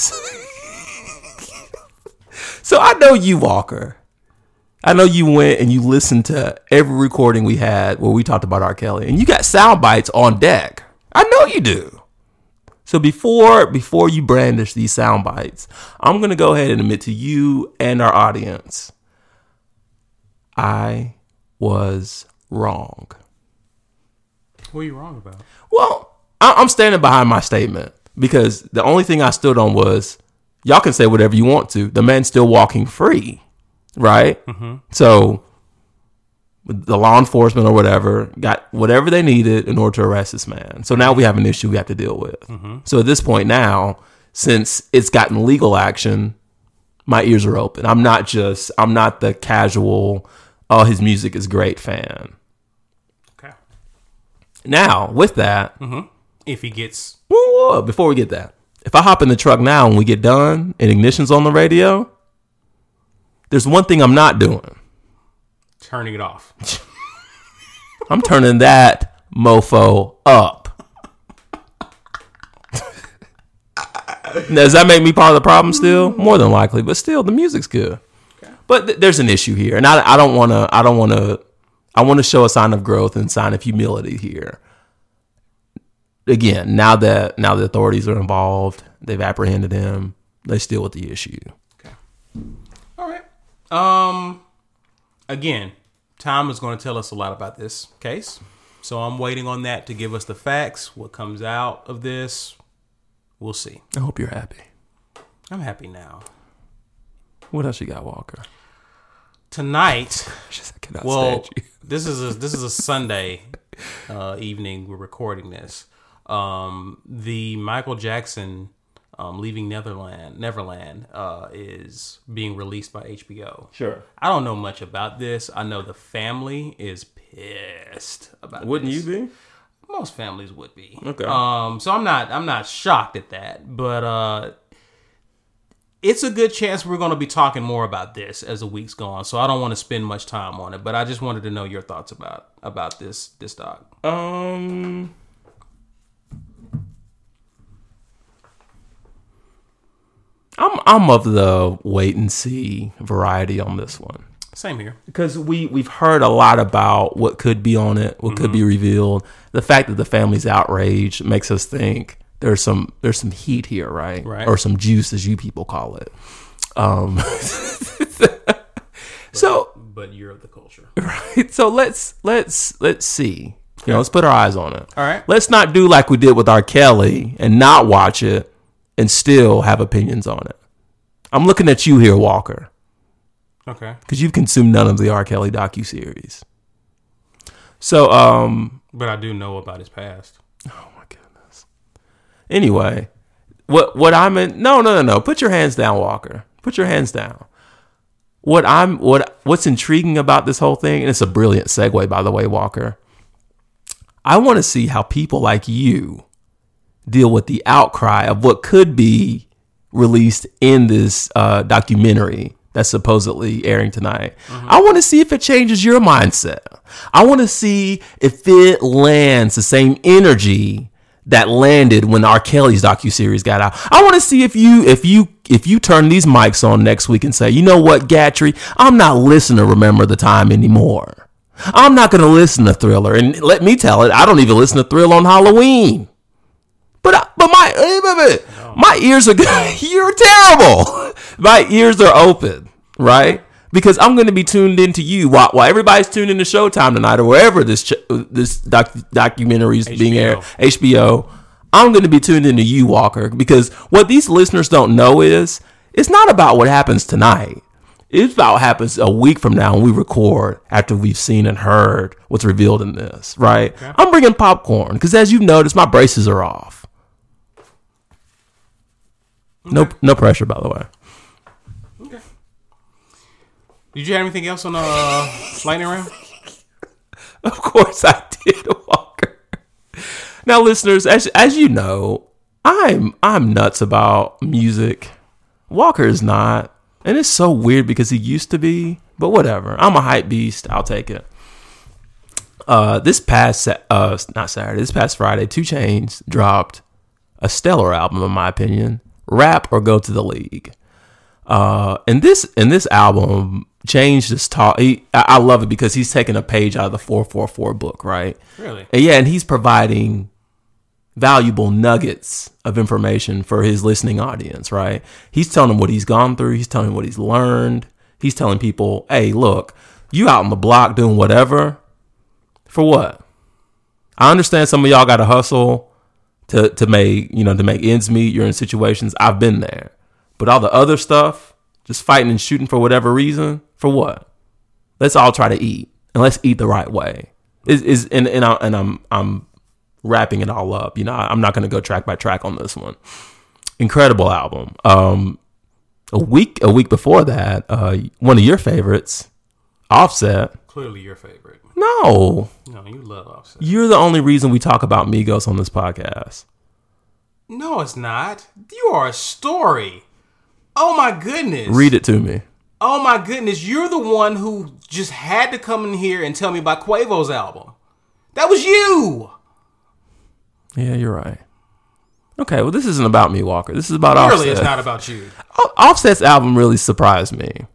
S2: so I know you, Walker. I know you went and you listened to every recording we had where we talked about R. Kelly, and you got sound bites on deck. I know you do. So before before you brandish these sound bites, I'm gonna go ahead and admit to you and our audience, I was wrong.
S1: What are you wrong about?
S2: Well, I- I'm standing behind my statement because the only thing I stood on was y'all can say whatever you want to. The man's still walking free, right? So the law enforcement or whatever got whatever they needed in order to arrest this man. So now we have an issue we have to deal with. So at this point now, since it's gotten legal action, my ears are open. I'm not just I'm not the casual oh his music is great fan.
S1: Okay,
S2: Now, with that,
S1: if he gets
S2: Whoa, whoa, whoa, before we get that, if I hop in the truck now and we get done and ignition's on the radio, there's one thing I'm not doing.
S1: turning it off,
S2: I'm turning that mofo up. now, does that make me part of the problem still? More than likely, but still, the music's good. But th- there's an issue here, and I, I don't want to. I don't want to. I want to show a sign of growth and sign of humility here. Again, now that now the authorities are involved, they've apprehended him. They still with the issue.
S1: All right. Um, again, Tom is going to tell us a lot about this case, so I'm waiting on that to give us the facts. What comes out of this, we'll see.
S2: I hope you're happy.
S1: I'm happy now.
S2: What else you got, Walker?
S1: Tonight,
S2: Just, I cannot
S1: well,
S2: stand you.
S1: this is a, this is a Sunday uh, evening. We're recording this. Um, the Michael Jackson um, leaving Netherland, Neverland uh, is being released by HBO.
S2: Sure.
S1: I don't know much about this. I know the family is pissed about this.
S2: be?
S1: Most families would be.
S2: Okay.
S1: Um so I'm not I'm not shocked at that, but uh it's a good chance we're going to be talking more about this as the weeks go on. So I don't want to spend much time on it, but I just wanted to know your thoughts about about this this doc.
S2: Um. I'm I'm of the wait and see variety on this one
S1: Same here.
S2: because we we've heard a lot about what could be on it, what could be revealed. The fact that the family's outraged makes us think there's some there's some heat here, right?
S1: Right.
S2: Or some juice, as you people call it. Um. so
S1: But you're of the culture.
S2: so let's let's let's see. You know, let's put our eyes on it.
S1: All right.
S2: Let's not do like we did with R. Kelly and not watch it and still have opinions on it. I'm looking at you here, Walker,
S1: Okay.
S2: because you've consumed none of the R. Kelly docuseries. So um,
S1: But I do know about his past.
S2: my goodness. Anyway, what what I'm in? No, no, no, no. Put your hands down, Walker. Put your hands down. What I'm what what's intriguing about this whole thing, and it's a brilliant segue, by the way, Walker. I want to see how people like you deal with the outcry of what could be released in this uh, documentary that's supposedly airing tonight. I want to see if it changes your mindset. I want to see if it lands the same energy that landed when R. Kelly's docuseries got out. I want to see if you if you if you turn these mics on next week and say, you know what, Gatry, I'm not listening to Remember the Time anymore. I'm not going to listen to Thriller. And let me tell it, I don't even listen to Thrill on Halloween. But I- but my eh, but- but my ears are good. You're terrible. My ears are open, right? Because I'm going to be tuned into you while, while everybody's tuned into Showtime tonight or wherever this ch- this doc- documentary is being aired. HBO. I'm going to be tuned into you, Walker, because what these listeners don't know is it's not about what happens tonight. It's about what happens a week from now when we record after we've seen and heard what's revealed in this, right? I'm bringing popcorn because, as you've noticed, my braces are off. No, no pressure, by the way.
S1: Did you have anything else on uh, lightning round?
S2: Of course, I did, Walker. Now, listeners, as as you know, I'm I'm nuts about music. Walker is not, and it's so weird because he used to be. But whatever, I'm a hype beast. I'll take it. Uh, this past Sa- uh, not Saturday, this past Friday, Two Chains dropped a stellar album, in my opinion. Rap or go to the league. Uh, and this and this album changed his talk. He, I, I love it because he's taking a page out of the four four four book, right?
S1: Really?
S2: And yeah, and he's providing valuable nuggets of information for his listening audience, right? He's telling them what he's gone through, he's telling them what he's learned. He's telling people, "Hey, look, you out on the block doing whatever. For what? I understand some of y'all got to hustle to to make, you know, to make ends meet. You're in situations I've been there. But all the other stuff, just fighting and shooting for whatever reason, for what? let's all try to eat and let's eat the right way is is and and, I, and i'm i'm wrapping it all up you know I, i'm not going to go track by track on this one incredible album um a week a week before that uh one of your favorites offset
S1: Clearly your favorite.
S2: no
S1: No, you love Offset.
S2: you're the only reason we talk about migos on this podcast
S1: No, it's not. You are a story. Oh my goodness.
S2: read it to me
S1: Oh my goodness, you're the one who just had to come in here and tell me about Quavo's album. That was you.
S2: yeah you're right okay well this isn't about me walker this is about
S1: Clearly,
S2: offset
S1: it's not about you.
S2: O- offset's album really surprised me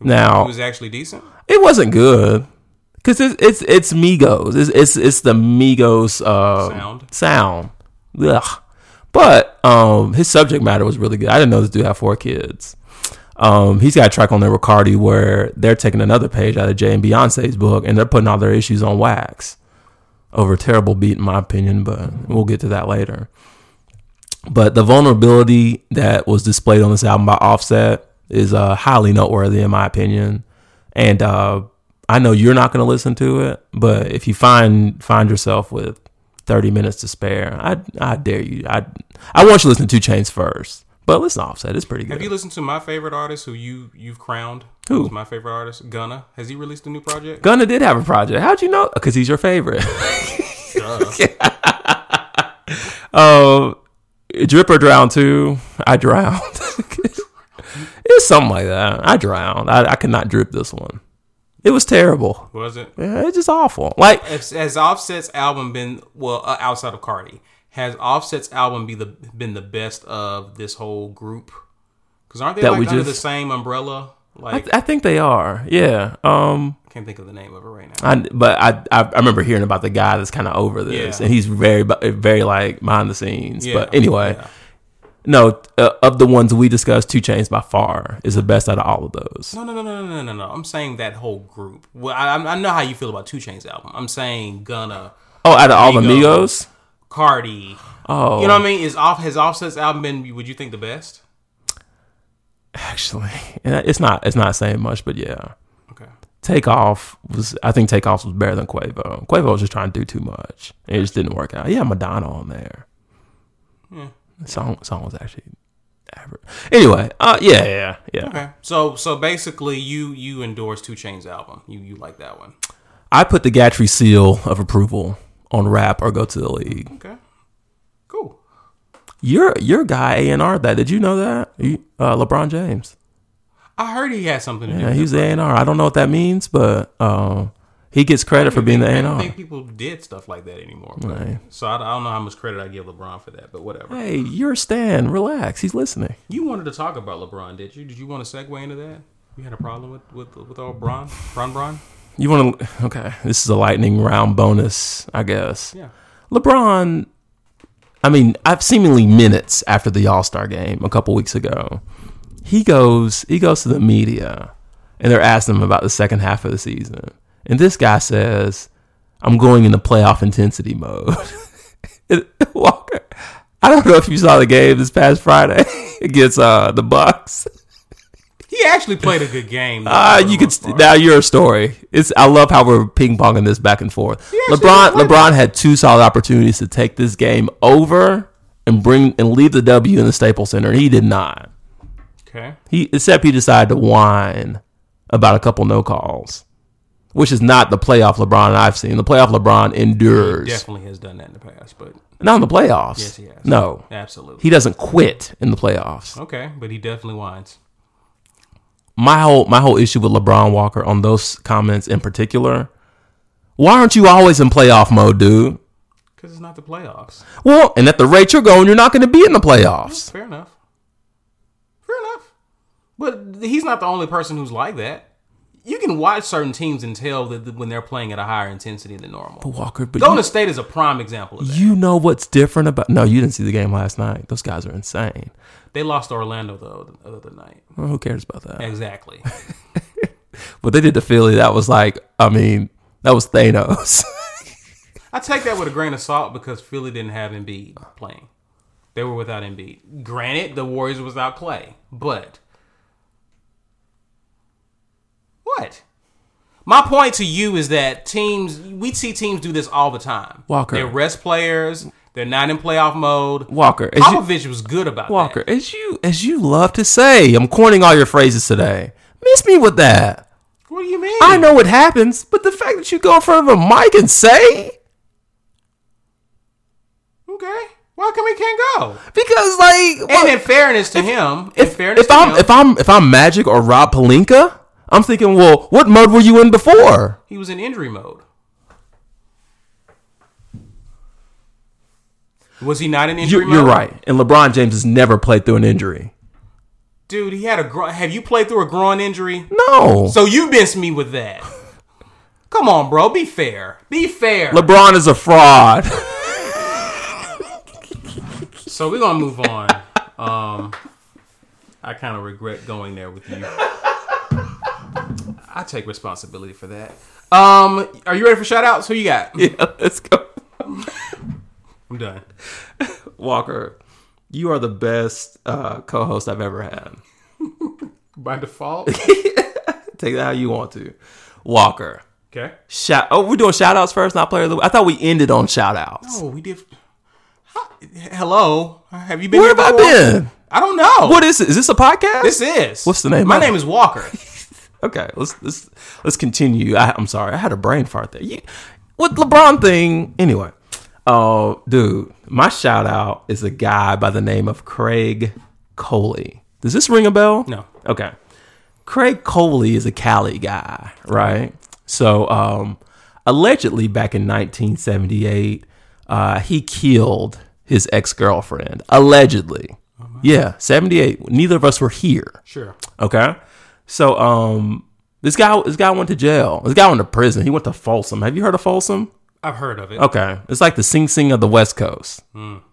S2: now
S1: It was actually decent.
S2: It wasn't good because it's it's it's Migos. It's it's, it's the Migos uh,
S1: Sound.
S2: Sound. Ugh. But um, his subject matter was really good. I didn't know this dude had four kids. Um, he's got a track on there, Ricardi, where they're taking another page out of Jay and Beyonce's book, and they're putting all their issues on wax over a terrible beat, in my opinion. But we'll get to that later. But the vulnerability that was displayed on this album by Offset is uh, highly noteworthy, in my opinion. And uh, I know you're not going to listen to it, but if you find find yourself with 30 minutes to spare, I I dare you. I I want you to listen to Two Chains first, but listen to Offset. It's pretty
S1: Have
S2: good.
S1: you listened to my favorite artist who you you've crowned?
S2: Who?
S1: Who's my favorite artist? Gunna. Has he released a new project?
S2: Gunna did have a project. How'd you know? Because he's your favorite.
S1: Duh.
S2: Uh, drip or drown too. I drowned. it's something like that. I drowned. I, I could not drip this one. It was terrible.
S1: was it?
S2: Yeah, it's just awful. Like
S1: Has, has Offset's album been well uh, outside of Cardi? Has Offset's album be the been the best of this whole group? Because aren't they
S2: That
S1: like
S2: we
S1: under the
S2: just-
S1: same umbrella?
S2: I,
S1: Like I,
S2: I think they are. Yeah. Um.
S1: can't think of the name of it right now.
S2: I but I I, I remember hearing about the guy that's kind of over this,
S1: Yeah.
S2: and he's very bu- very like behind the scenes.
S1: Yeah,
S2: But anyway,
S1: yeah.
S2: no. Uh, of the ones we discussed, Two Chains by far is the best out of all of those.
S1: No, no, no, no, no, no, no. I'm saying that whole group. Well, I, I know how you feel about Two Chain's album. I'm saying Gunna,
S2: Oh, out of all the
S1: Migos.
S2: Migos.
S1: Cardi.
S2: Oh,
S1: You know what I mean? Is off has Offset's album been? Would you think the best?
S2: actually, it's not it's not saying much, but yeah.
S1: Okay.
S2: Takeoff was, I think Takeoff was better than Quavo. Quavo was just trying to do too much. It just didn't work out. Yeah, Madonna on there.
S1: Yeah.
S2: The song song was actually average. Anyway, uh, yeah, yeah, yeah.
S1: Okay. So so basically, you you endorse Two Chain's album. You you like that one?
S2: I put the Gatry seal of approval on rap or go to the league.
S1: Okay. Cool.
S2: Your your guy A and R that. Did you know that? You, uh, LeBron James.
S1: I heard he had something to do.
S2: Yeah,
S1: with
S2: he
S1: it.
S2: was the A and R. I don't know what that means, but um, he gets credit for being the A
S1: I
S2: and
S1: don't
S2: R.
S1: think people did stuff like that anymore. but- So I, I don't know how much credit I give LeBron for that, but whatever.
S2: Hey, you're Stan. Relax. He's listening.
S1: You wanted to talk about LeBron, did you? Did you want to segue into that? You had a problem with with with old Bron, Bron, Bron.
S2: You want to? Okay, this is a lightning round bonus, I guess.
S1: Yeah.
S2: LeBron. I mean, I've seemingly minutes after the All Star game a couple weeks ago, he goes he goes to the media, and they're asking him about the second half of the season, and this guy says, "I'm going into playoff intensity mode." And Walker, I don't know if you saw the game this past Friday against uh, the Bucks.
S1: He actually played a good game. though,
S2: Uh,
S1: for the
S2: you could
S1: most part.
S2: now you're a story. It's I love how we're ping ponging this back and forth.
S1: actually
S2: LeBron
S1: did play
S2: LeBron had two solid opportunities to take this game over and bring and leave the W in the Staples Center, and he did not.
S1: Okay.
S2: He except he decided to whine about a couple no calls, which is not the playoff LeBron I've seen. The playoff LeBron endures,
S1: Definitely has done that in the past, but
S2: not in the playoffs.
S1: yes, he has.
S2: No,
S1: absolutely.
S2: he doesn't quit in the playoffs.
S1: okay, but he definitely whines.
S2: my whole my whole issue with LeBron Walker on those comments in particular. Why aren't you always in playoff mode, dude?
S1: Because it's not the playoffs.
S2: Well, and at the rate you're going, you're not going to be in the playoffs.
S1: Fair enough. Fair enough. But he's not the only person who's like that. You can watch certain teams and tell that when they're playing at a higher intensity than normal.
S2: Walker, but
S1: Golden State is a prime example of that.
S2: you, you know what's different about? No, you didn't see the game last night. Those guys are insane.
S1: They lost to Orlando though the other night.
S2: Well, who cares about that?
S1: Exactly.
S2: But they did to Philly. That was like, I mean, that was Thanos.
S1: I take that with a grain of salt because Philly didn't have Embiid playing. They were without Embiid. Granted, the Warriors were without Clay, but what? My point to you is that teams we see teams do this all the time.
S2: Walker.
S1: they rest players. They're not in playoff mode.
S2: Walker, as you,
S1: Popovich was good about
S2: Walker, as you as you love to say, I'm coining all your phrases today. Miss me with that.
S1: that. What do you mean?
S2: I know it happens, but the fact that you go in front of a mic and say
S1: Okay, why come he can't go?
S2: because like
S1: And
S2: what-
S1: in fairness to him, in
S2: if,
S1: fairness
S2: if
S1: to
S2: I'm
S1: him,
S2: if I'm if I'm Magic or Rob Palinka, I'm thinking, well, what mode were you in before?
S1: he was in injury mode. Was he not in injury
S2: You're,
S1: mode?
S2: you're right. And LeBron James has never played through an injury.
S1: Dude, he had a gro- have you played through a groin injury?
S2: No,
S1: So you missed me with that. Come on, bro, be fair. Be fair.
S2: LeBron is a fraud.
S1: so we're going to move on. Um I kind of regret going there with you. I take responsibility for that. Um are you ready for shout outs? Who you got?
S2: yeah, let's go,
S1: I'm done.
S2: Walker. You are the best uh, co-host I've ever had.
S1: By default.
S2: Take that how you want to, Walker.
S1: Okay.
S2: Shout. Oh, we're doing shout outs first, not player of the. I thought we ended on shout outs.
S1: Oh, we did. Hi- Hello, have you been?
S2: Where
S1: here
S2: have I
S1: before?
S2: been?
S1: I don't know.
S2: What is it? Is this a podcast?
S1: this is?
S2: What's the name
S1: My
S2: of it?
S1: name is Walker.
S2: Okay, let's let's let's continue. I, I'm sorry, I had a brain fart there. You, with LeBron thing, anyway. Oh, dude, my shout out is a guy by the name of Craig Coley. Does this ring a bell?
S1: No.
S2: Okay. Craig Coley is a Cali guy, right? So, um, allegedly back in 1978, uh, he killed his ex girlfriend. Allegedly. yeah, 78. Neither of us were here.
S1: Sure.
S2: Okay. So um this guy this guy went to jail. This guy went to prison. He went to Folsom. Have you heard of Folsom?
S1: I've heard of it.
S2: Okay. It's like the Sing Sing of the West Coast.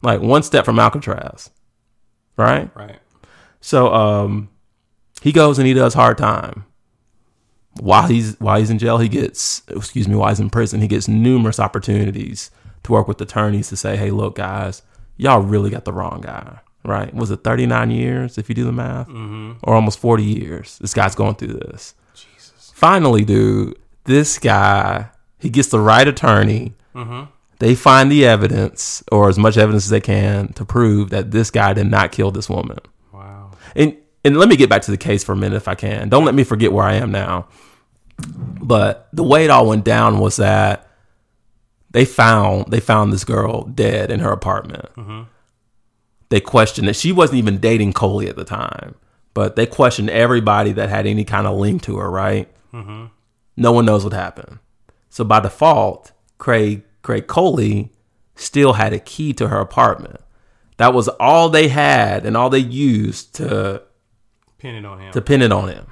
S2: Like one step from Alcatraz. Right?
S1: Right.
S2: So um he goes and he does hard time. While he's while he's in jail, he gets excuse me, while he's in prison, he gets numerous opportunities to work with attorneys to say, Hey, look, guys, y'all really got the wrong guy. Right? Was it thirty nine years if you do the math? Or almost forty years. This guy's going through this. Jesus. Finally, dude, this guy he gets the right attorney. They find the evidence or as much evidence as they can to prove that this guy did not kill this woman.
S1: Wow.
S2: And and let me get back to the case for a minute if I can. Don't let me forget where I am now. But the way it all went down was that they found they found this girl dead in her apartment. They questioned it. She wasn't even dating Coley at the time, but they questioned everybody that had any kind of link to her. Right? No one knows what happened. So by default, Craig Craig Coley still had a key to her apartment. That was all they had and all they used to
S1: Pin it on him.
S2: to pin it on him.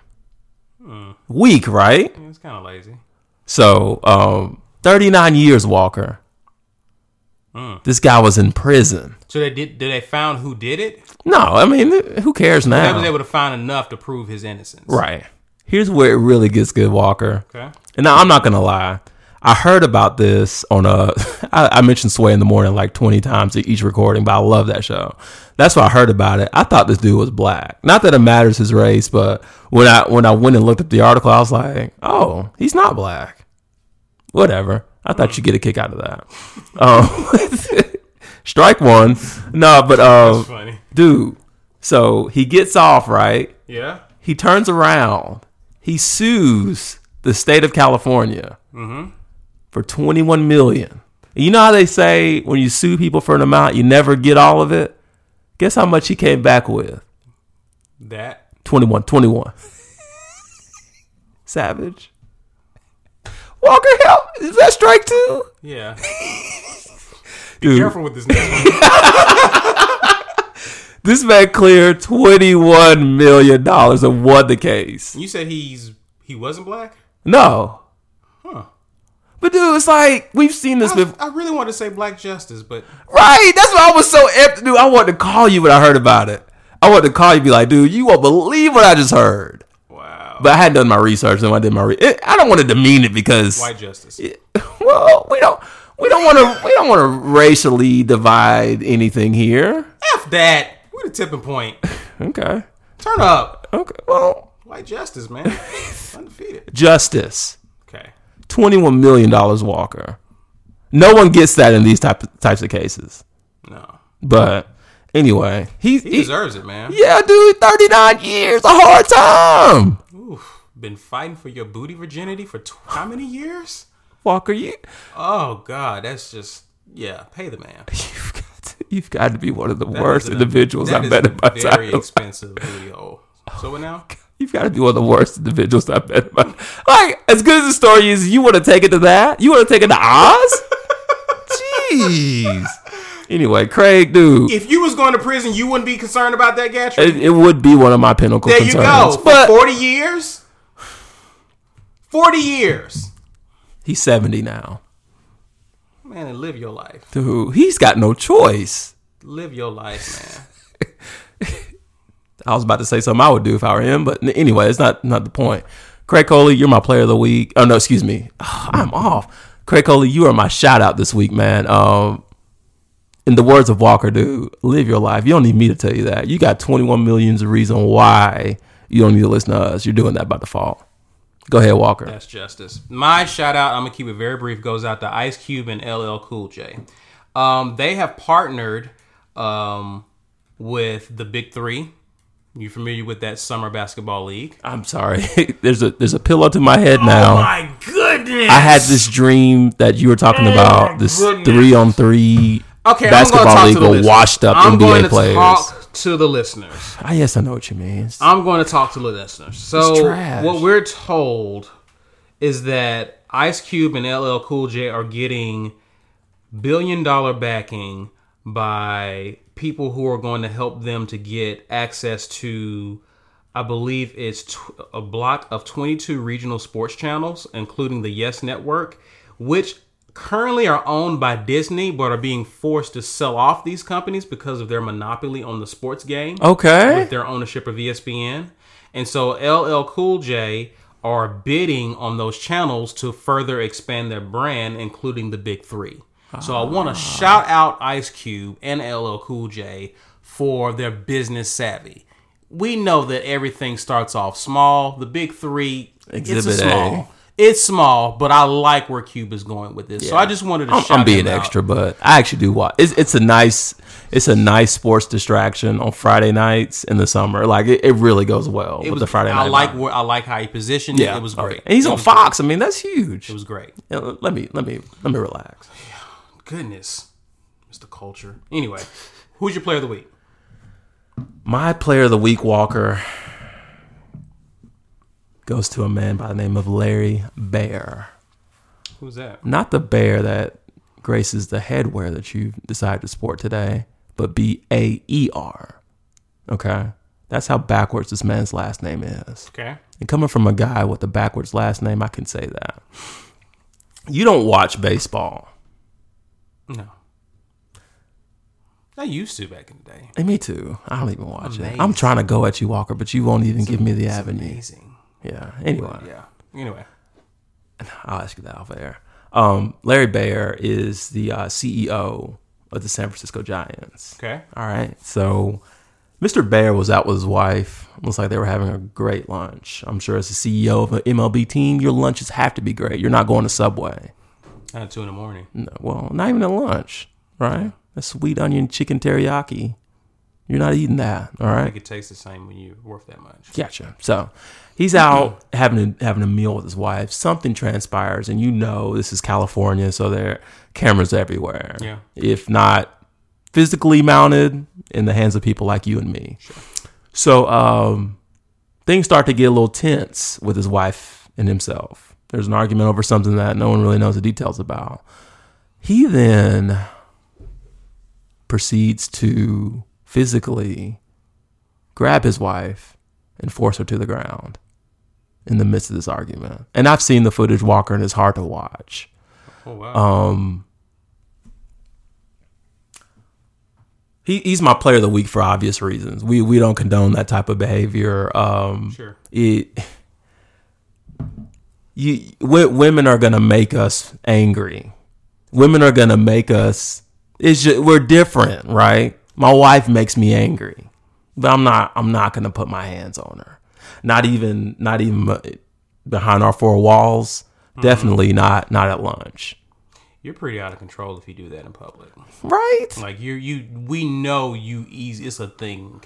S2: Hmm. Weak, right?
S1: Yeah, it's kind of lazy.
S2: So, um, 39 years, Walker. This guy was in prison.
S1: So they did. Did they found who did it?
S2: No, I mean, who cares
S1: They was
S2: now?
S1: able to find enough to prove his innocence.
S2: Right. Here's where it really gets good, Walker.
S1: Okay.
S2: And now I'm not gonna lie. I heard about this on a. I, I mentioned Sway in the morning like 20 times to each recording, but I love that show. That's why I heard about it. I thought this dude was black. Not that it matters his race, but when I when I went and looked up the article, I was like, oh, he's not black. Whatever. I thought you'd get a kick out of that. Um, strike one. No, but um,
S1: Funny.
S2: dude. So he gets off right
S1: Yeah.
S2: he turns around, he sues the state of California
S1: Mm-hmm.
S2: for 21 million. And You know how they say when you sue people for an amount, you never get all of it? Guess how much he came back with?
S1: That.
S2: 21, 21. Savage. Walker, help. Is that strike two?
S1: Yeah.
S2: Dude,
S1: Careful with this next one.
S2: this man cleared $21 million and won the case.
S1: You said he's he wasn't black.
S2: No.
S1: Huh.
S2: But, dude, it's like we've seen this before.
S1: I, I really wanted to say black justice, but
S2: Right. That's why I was so empty, dude. I wanted to call you when I heard about it. I wanted to call you and be like, dude, you won't believe what I just heard.
S1: wow.
S2: But I had done my research and I did my re- it, I don't want to demean it because
S1: White justice.
S2: well, we don't we don't want to we don't want to racially divide anything here.
S1: F that. We're the tipping point.
S2: Okay.
S1: Turn up.
S2: Okay. Well,
S1: White justice, man. Undefeated.
S2: justice.
S1: Okay.
S2: 21 million dollars Walker. No one gets that in these type types of cases.
S1: No.
S2: But anyway, he's
S1: He deserves it, man.
S2: Yeah, dude, 39 years, a hard time.
S1: Oof. Been fighting for your booty virginity for tw- how many years?
S2: Walker, you
S1: Oh God, that's just yeah. Pay the man.
S2: you've got to, you've got to be one of the
S1: That
S2: worst
S1: is an-
S2: individuals
S1: that
S2: I've
S1: is
S2: met
S1: a
S2: in my
S1: Very
S2: time.
S1: expensive booty hole. So what now?
S2: You've got to be one of the worst individuals I've met. In my, like as good as the story is, you want to take it to that? You want to take it to Oz? Jeez. Anyway, Craig, dude,
S1: If you was going to prison, you wouldn't be concerned about that, Gatry.
S2: it, it would be one of my pinnacle
S1: There you
S2: concerns.
S1: go. For
S2: But
S1: 40 years? 40 years.
S2: he's 70 now,
S1: Man, and live your life.
S2: dude. He's got no choice.
S1: Live your life, man.
S2: I was about to say something I would do if I were him, but n- anyway, it's not not the point. Craig Coley, you're my player of the week. Oh no, excuse me, I'm off. Craig Coley, you are my shout out this week, man. Um, in the words of Walker, dude, live your life. You don't need me to tell you that. You got 21 millions of reason why you don't need to listen to us. You're doing that by default. Go ahead, Walker.
S1: That's justice. My shout out, I'm going to keep it very brief, goes out to Ice Cube and LL Cool J. Um, they have partnered um, with the Big Three. You familiar with that summer basketball league?
S2: I'm sorry. there's a there's a pillow to my head now.
S1: My goodness.
S2: I had this dream that you were talking about this three on three
S1: Oh, okay,
S2: basketball
S1: I'm going
S2: league
S1: to talk to the
S2: of washed up
S1: I'm
S2: NBA
S1: going to
S2: players.
S1: talk to the listeners.
S2: Ah, yes, I know what you mean. It's-
S1: I'm going to talk to the listeners.
S2: It's
S1: So
S2: trash.
S1: what we're told is that Ice Cube and LL Cool J are getting billion dollar backing by people who are going to help them to get access to I believe it's tw- a block of 22 regional sports channels including the Yes network which currently are owned by Disney but are being forced to sell off these companies because of their monopoly on the sports game
S2: Oh, okay.
S1: with their ownership of E ESPN. And so LL Cool J are bidding on those channels to further expand their brand, including the big three. So I
S2: Ah.
S1: want to shout out Ice Cube and LL Cool J for their business savvy. We know that everything starts off small. The big three, it's a
S2: Exhibit A.
S1: small. It's small, but I like where Cuba's going with this. So I just wanted to.
S2: I'm,
S1: shout
S2: I'm being
S1: him out.
S2: extra, but I actually do watch. It's, it's a nice, it's a nice sports distraction on Friday nights in the summer. Like it, it really goes well
S1: It was
S2: with the Friday night.
S1: I like
S2: vibe.
S1: where I like how he positioned. Yeah, it was
S2: Oh,
S1: great.
S2: And he's
S1: It
S2: on
S1: was
S2: Fox. I mean, that's huge.
S1: Great. It was great.
S2: Yeah, let me, let me, let me relax.
S1: Goodness, Mr. Culture. Anyway, who's your player of the week?
S2: My player of the week, Walker, goes to a man by the name of Larry Bear.
S1: Who's that?
S2: Not the bear that graces the headwear that you decided to sport today, but B A E R. Okay? That's how backwards this man's last name is.
S1: Okay.
S2: And coming from a guy with a backwards last name, I can say that. You don't watch baseball.
S1: No. I used to back in the day.
S2: And me too. I don't even watch it. I'm trying to go at you, Walker, but you won't even give me the avenue.
S1: Amazing.
S2: Yeah. Anyway.
S1: Yeah. Anyway.
S2: I'll ask you that off air. Um, Larry Bayer is the uh, CEO of the San Francisco Giants.
S1: Okay.
S2: All right. So Mr. Bayer was out with his wife. Looks like they were having a great lunch. I'm sure as the CEO of an MLB team, your lunches have to be great. You're not going to Subway.
S1: Not at uh, two in the morning.
S2: No, well, not even a lunch, right? A sweet onion chicken teriyaki. You're not eating that, all
S1: I
S2: right?
S1: think it tastes the same when you're worth that much.
S2: Gotcha. So he's out having a, having a meal with his wife. Something transpires, and you know this is California, so there are cameras everywhere.
S1: Yeah.
S2: If not physically mounted, in the hands of people like you and me. So um, things start to get a little tense with his wife and himself. There's an argument over something that no one really knows the details about. He then proceeds to physically grab his wife and force her to the ground in the midst of this argument. And I've seen the footage, Walker, and it's hard to watch.
S1: Oh wow.
S2: Um, He, he's my player of the week for obvious reasons. We we don't condone that type of behavior. Um,
S1: sure.
S2: it you w- women are gonna make us angry women are gonna make us it's just we're different right my wife makes me angry but i'm not i'm not gonna put my hands on her not even not even uh, behind our four walls definitely not not at lunch
S1: You're pretty out of control if you do that in public.
S2: right
S1: Like you, are you, we know you easy. It's a thing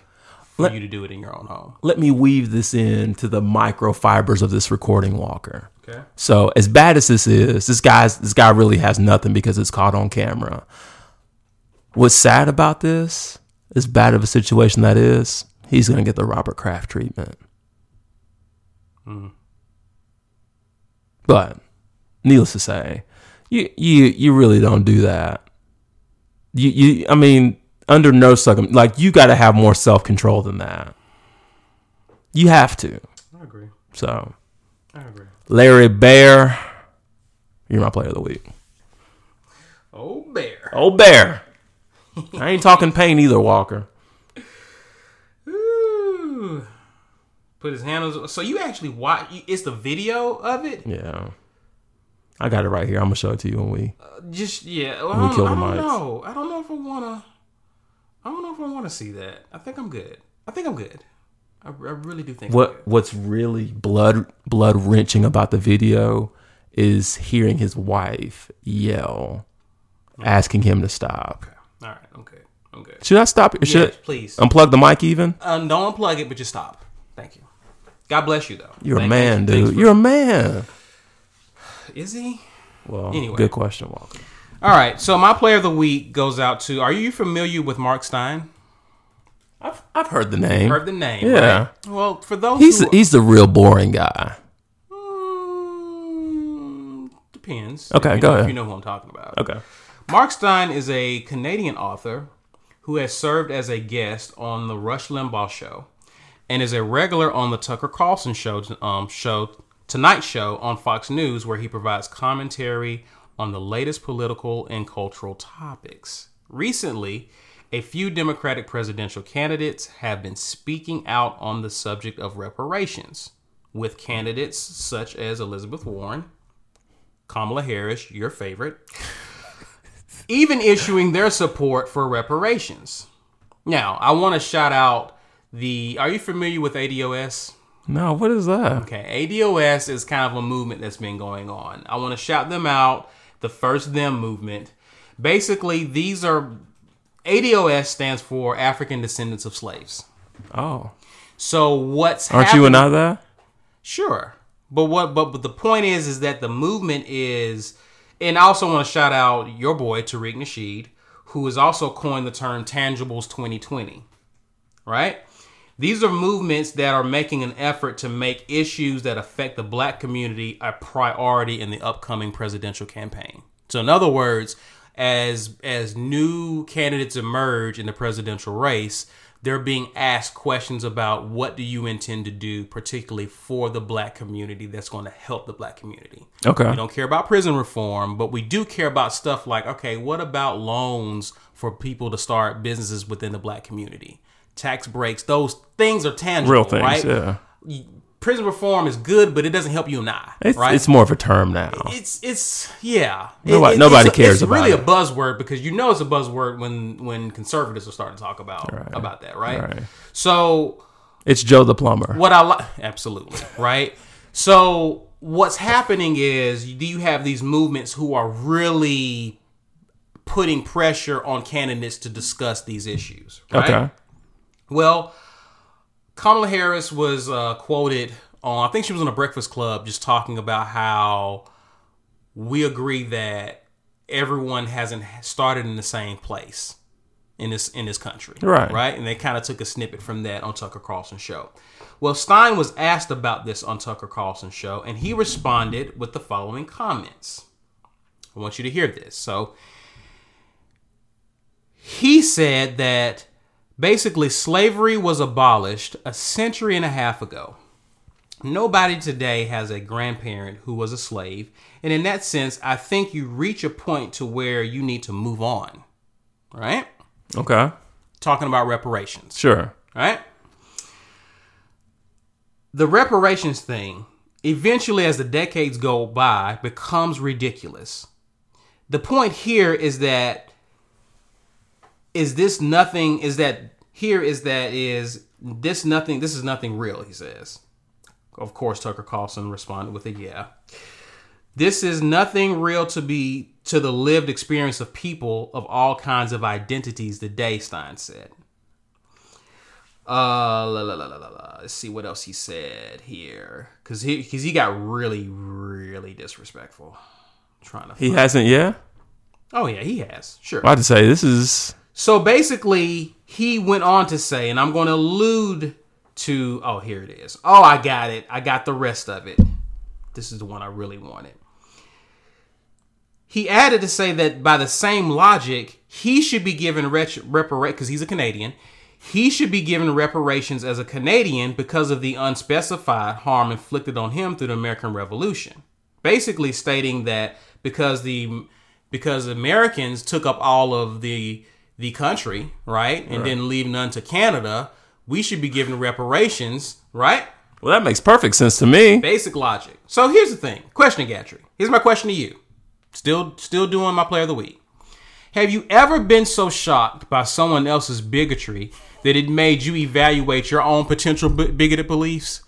S1: for you to do it in your own home.
S2: let me weave this in to the microfibers of this recording walker
S1: Okay.
S2: So as bad as this is, this guy's this guy really has nothing because it's caught on camera. What's sad about this, as bad of a situation that is, he's gonna get the Robert Kraft treatment. But needless to say, you you you really don't do that. You you I mean, under no circum like you gotta have more self control than that. You have to.
S1: I agree.
S2: So
S1: I agree.
S2: Larry Bear, you're my player of the week.
S1: Oh bear.
S2: Oh Bear, I ain't talking pain either, Walker.
S1: Ooh. Put his handles. So you actually watch? you- It's the video of it.
S2: Yeah, I got it right here. I'm gonna show it to you when we.
S1: Just yeah. Well, I don't,
S2: kill
S1: I
S2: the
S1: don't
S2: mics.
S1: know. I don't know if I wanna. I don't know if I wanna see that. I think I'm good. I think I'm good. I, I really do think. I'm
S2: What What's really blood blood wrenching about the video is hearing his wife yell, asking him to stop.
S1: good. All right. I'm good. I'm good.
S2: Should I stop? it? Should
S1: Yes, please.
S2: I unplug the mic? Even
S1: Um, don't unplug it, but just stop. Thank you. God bless you, though.
S2: you're a
S1: Thank-
S2: man,
S1: thanks
S2: dude. You're a man.
S1: for- Is he?
S2: Well,
S1: Anyway.
S2: good question, Walker.
S1: All right. So my player of the week goes out to. Are you familiar with Mark Stein?
S2: I've I've heard the name.
S1: Heard the name?
S2: yeah,
S1: right? Well, for those
S2: he's
S1: who
S2: he's the real boring guy.
S1: Mm, depends.
S2: Okay,
S1: If you
S2: go
S1: know- If
S2: ahead.
S1: you know who I'm talking about.
S2: Okay.
S1: Mark Stein is a Canadian author who has served as a guest on the Rush Limbaugh Show and is a regular on the Tucker Carlson Show, um, show Tonight Show on Fox News, where he provides commentary on the latest political and cultural topics. Recently, a few Democratic presidential candidates have been speaking out on the subject of reparations, with candidates such as Elizabeth Warren, Kamala Harris, your favorite, even issuing their support for reparations. Now, I want to shout out the. Are you familiar with ADOS?
S2: No, what is that?
S1: Okay, ADOS is kind of a movement that's been going on. I want to shout them out, the First Them movement. Basically, these are ADOS stands for African Descendants of Slaves.
S2: Oh,
S1: So what's
S2: aren't you and I there?
S1: Sure. But what but, but the point is is that the movement is and I also want to shout out your boy Tariq Nasheed, who has also coined the term tangibles 2020. Right? These are movements that are making an effort to make issues that affect the black community a priority in the upcoming presidential campaign. So in other words, as as new candidates emerge in the presidential race, they're being asked questions about what do you intend to do particularly for the black community that's going to help the black community.
S2: Okay.
S1: We don't care about prison reform, but we do care about stuff like okay, what about loans for people to start businesses within the black community? Tax breaks, those things are tangible,
S2: Real things,
S1: right?
S2: yeah.
S1: Prison reform is good, but it doesn't help you and I,
S2: It's,
S1: right?
S2: it's more of a term now.
S1: it's it's yeah.
S2: Nobody-
S1: It- it-
S2: nobody
S1: it's,
S2: cares
S1: It's
S2: about
S1: really a
S2: it.
S1: buzzword because you know it's a buzzword when when conservatives are starting to talk about about that, right?
S2: Right.
S1: So
S2: It's Joe the plumber.
S1: what I like, absolutely, right? So what's happening is do you have these movements who are really putting pressure on candidates to discuss these issues, right?
S2: Okay.
S1: Well, Kamala Harris was uh, quoted on, I think she was on a Breakfast Club, just talking about how we agree that everyone hasn't started in the same place in this in this country,
S2: Right.
S1: Right, and they kind of took a snippet from that on Tucker Carlson's show. Well, Stein was asked about this on Tucker Carlson's show, and he responded with the following comments. I want you to hear this. So he said that basically slavery was abolished a century and a half ago. Nobody today has a grandparent who was a slave, and in that sense, I think you reach a point to where you need to move on. Right?
S2: Okay.
S1: Talking about reparations
S2: Sure.
S1: right? The reparations thing, eventually, as the decades go by, becomes ridiculous. The point here is that is this nothing? Is that here? Is that is this nothing? This is nothing real. He says. Of course, Tucker Carlson responded with a yeah. This is nothing real to be to the lived experience of people of all kinds of identities today, Stein said. Uh, la, la, la, la, la, la. Let's see what else he said here, because he because he got really really disrespectful. trying to.
S2: He hasn't yet?
S1: oh yeah, he has sure.
S2: I had to say, this is.
S1: So basically, he went on to say, and I'm going to allude to. Oh, here it is. Oh, I got it. I got the rest of it. This is the one I really wanted. He added to say that by the same logic, he should be given reparations because he's a Canadian. He should be given reparations as a Canadian because of the unspecified harm inflicted on him through the American Revolution. Basically, stating that because the because Americans took up all of the the country, right, and didn't leave none to Canada, we should be given reparations, right?
S2: Well, that makes perfect sense to me.
S1: Basic logic. So here's the thing. Question, Gatry. Here's my question to you. Still, still doing my player of the week. Have you ever been so shocked by someone else's bigotry that it made you evaluate your own potential b- bigoted beliefs?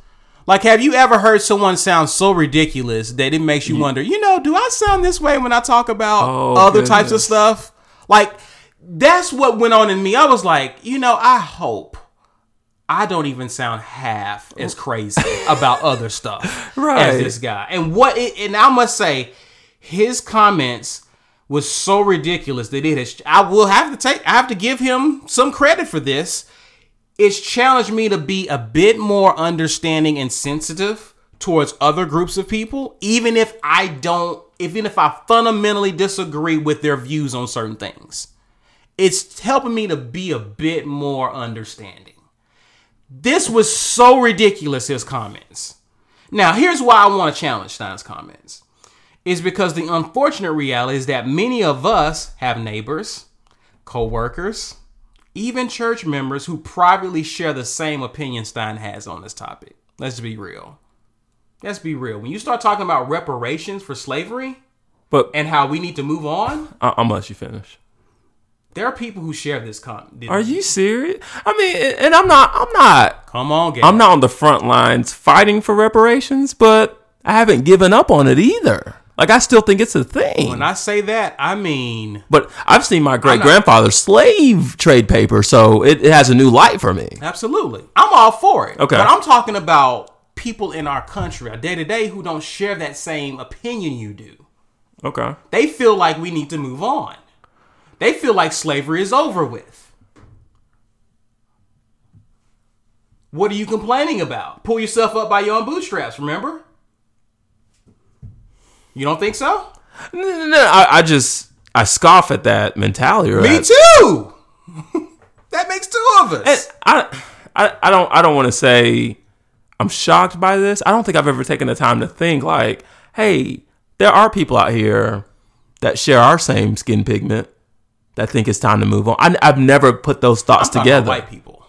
S1: Like, have you ever heard someone sound so ridiculous that it makes you wonder, you know, do I sound this way when I talk about
S2: Oh,
S1: other types of
S2: goodness.
S1: stuff? Like, that's what went on in me. I was like, you know, I hope I don't even sound half as crazy about other stuff as
S2: Right.
S1: this guy. And what it, and I must say, his comments was so ridiculous that it has. I will have to take. I have to give him some credit for this. It's challenged me to be a bit more understanding and sensitive towards other groups of people, even if I don't. Even if I fundamentally disagree with their views on certain things, it's helping me to be a bit more understanding. This was so ridiculous, his comments. Now, here's why I want to challenge Stein's comments. Is because the unfortunate reality is that many of us have neighbors, co-workers, even church members who privately share the same opinion Stein has on this topic. Let's be real. Let's be real. When you start talking about reparations for slavery
S2: But
S1: and how we need to move on,
S2: I- I'm gonna let you finish.
S1: There are people who share this comment.
S2: Are you serious? I mean, and- and I'm not. I'm not.
S1: Come on, gang.
S2: I'm not on the front lines fighting for reparations, but I haven't given up on it either. Like I still think it's a thing.
S1: When I say that, I mean
S2: But I've seen my great grandfather's slave trade paper, so it, it has a new light for me.
S1: absolutely. I'm all for it.
S2: Okay.
S1: But I'm talking about people in our country, our day to day, who don't share that same opinion you do.
S2: Okay.
S1: They feel like we need to move on. They feel like slavery is over with. What are you complaining about? Pull yourself up by your own bootstraps, remember? You don't think so?
S2: No, no, no, I, I just I scoff at that mentality. Or
S1: Me
S2: at-
S1: too! that makes two of us.
S2: I, I I don't I don't want to say I'm shocked by this. I don't think I've ever taken the time to think like, hey, there are people out here that share our same skin pigment that think it's time to move on. I, have never put those thoughts
S1: I'm talking about
S2: together. Oh.
S1: white people.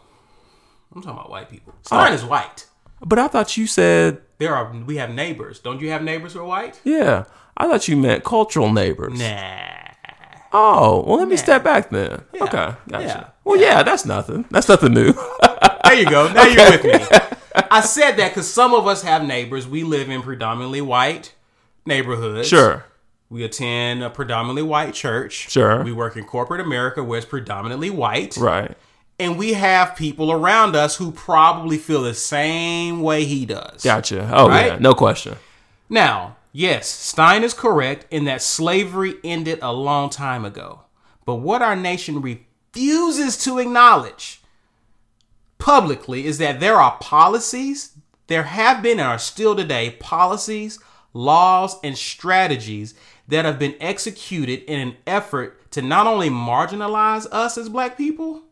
S1: I'm talking about white people. Stein is white.
S2: But I thought you said
S1: There are we have neighbors. Don't you have neighbors who are white?
S2: yeah. I thought you meant cultural neighbors.
S1: Nah.
S2: Oh, well, let me step back then. Okay, gotcha.
S1: Yeah.
S2: Well, yeah, that's nothing. That's nothing new.
S1: There you go. Now you're with me. I said that because some of us have neighbors. We live in predominantly white neighborhoods.
S2: sure.
S1: We attend a predominantly white church.
S2: Sure.
S1: We work in corporate America where it's predominantly white.
S2: Right.
S1: And we have people around us who probably feel the same way he does.
S2: Gotcha. Oh,
S1: Right?
S2: yeah. No question.
S1: Now, yes, Stein is correct in that slavery ended a long time ago. But what our nation refuses to acknowledge publicly is that there are policies, there have been and are still today policies, laws, and strategies that have been executed in an effort to not only marginalize us as black people,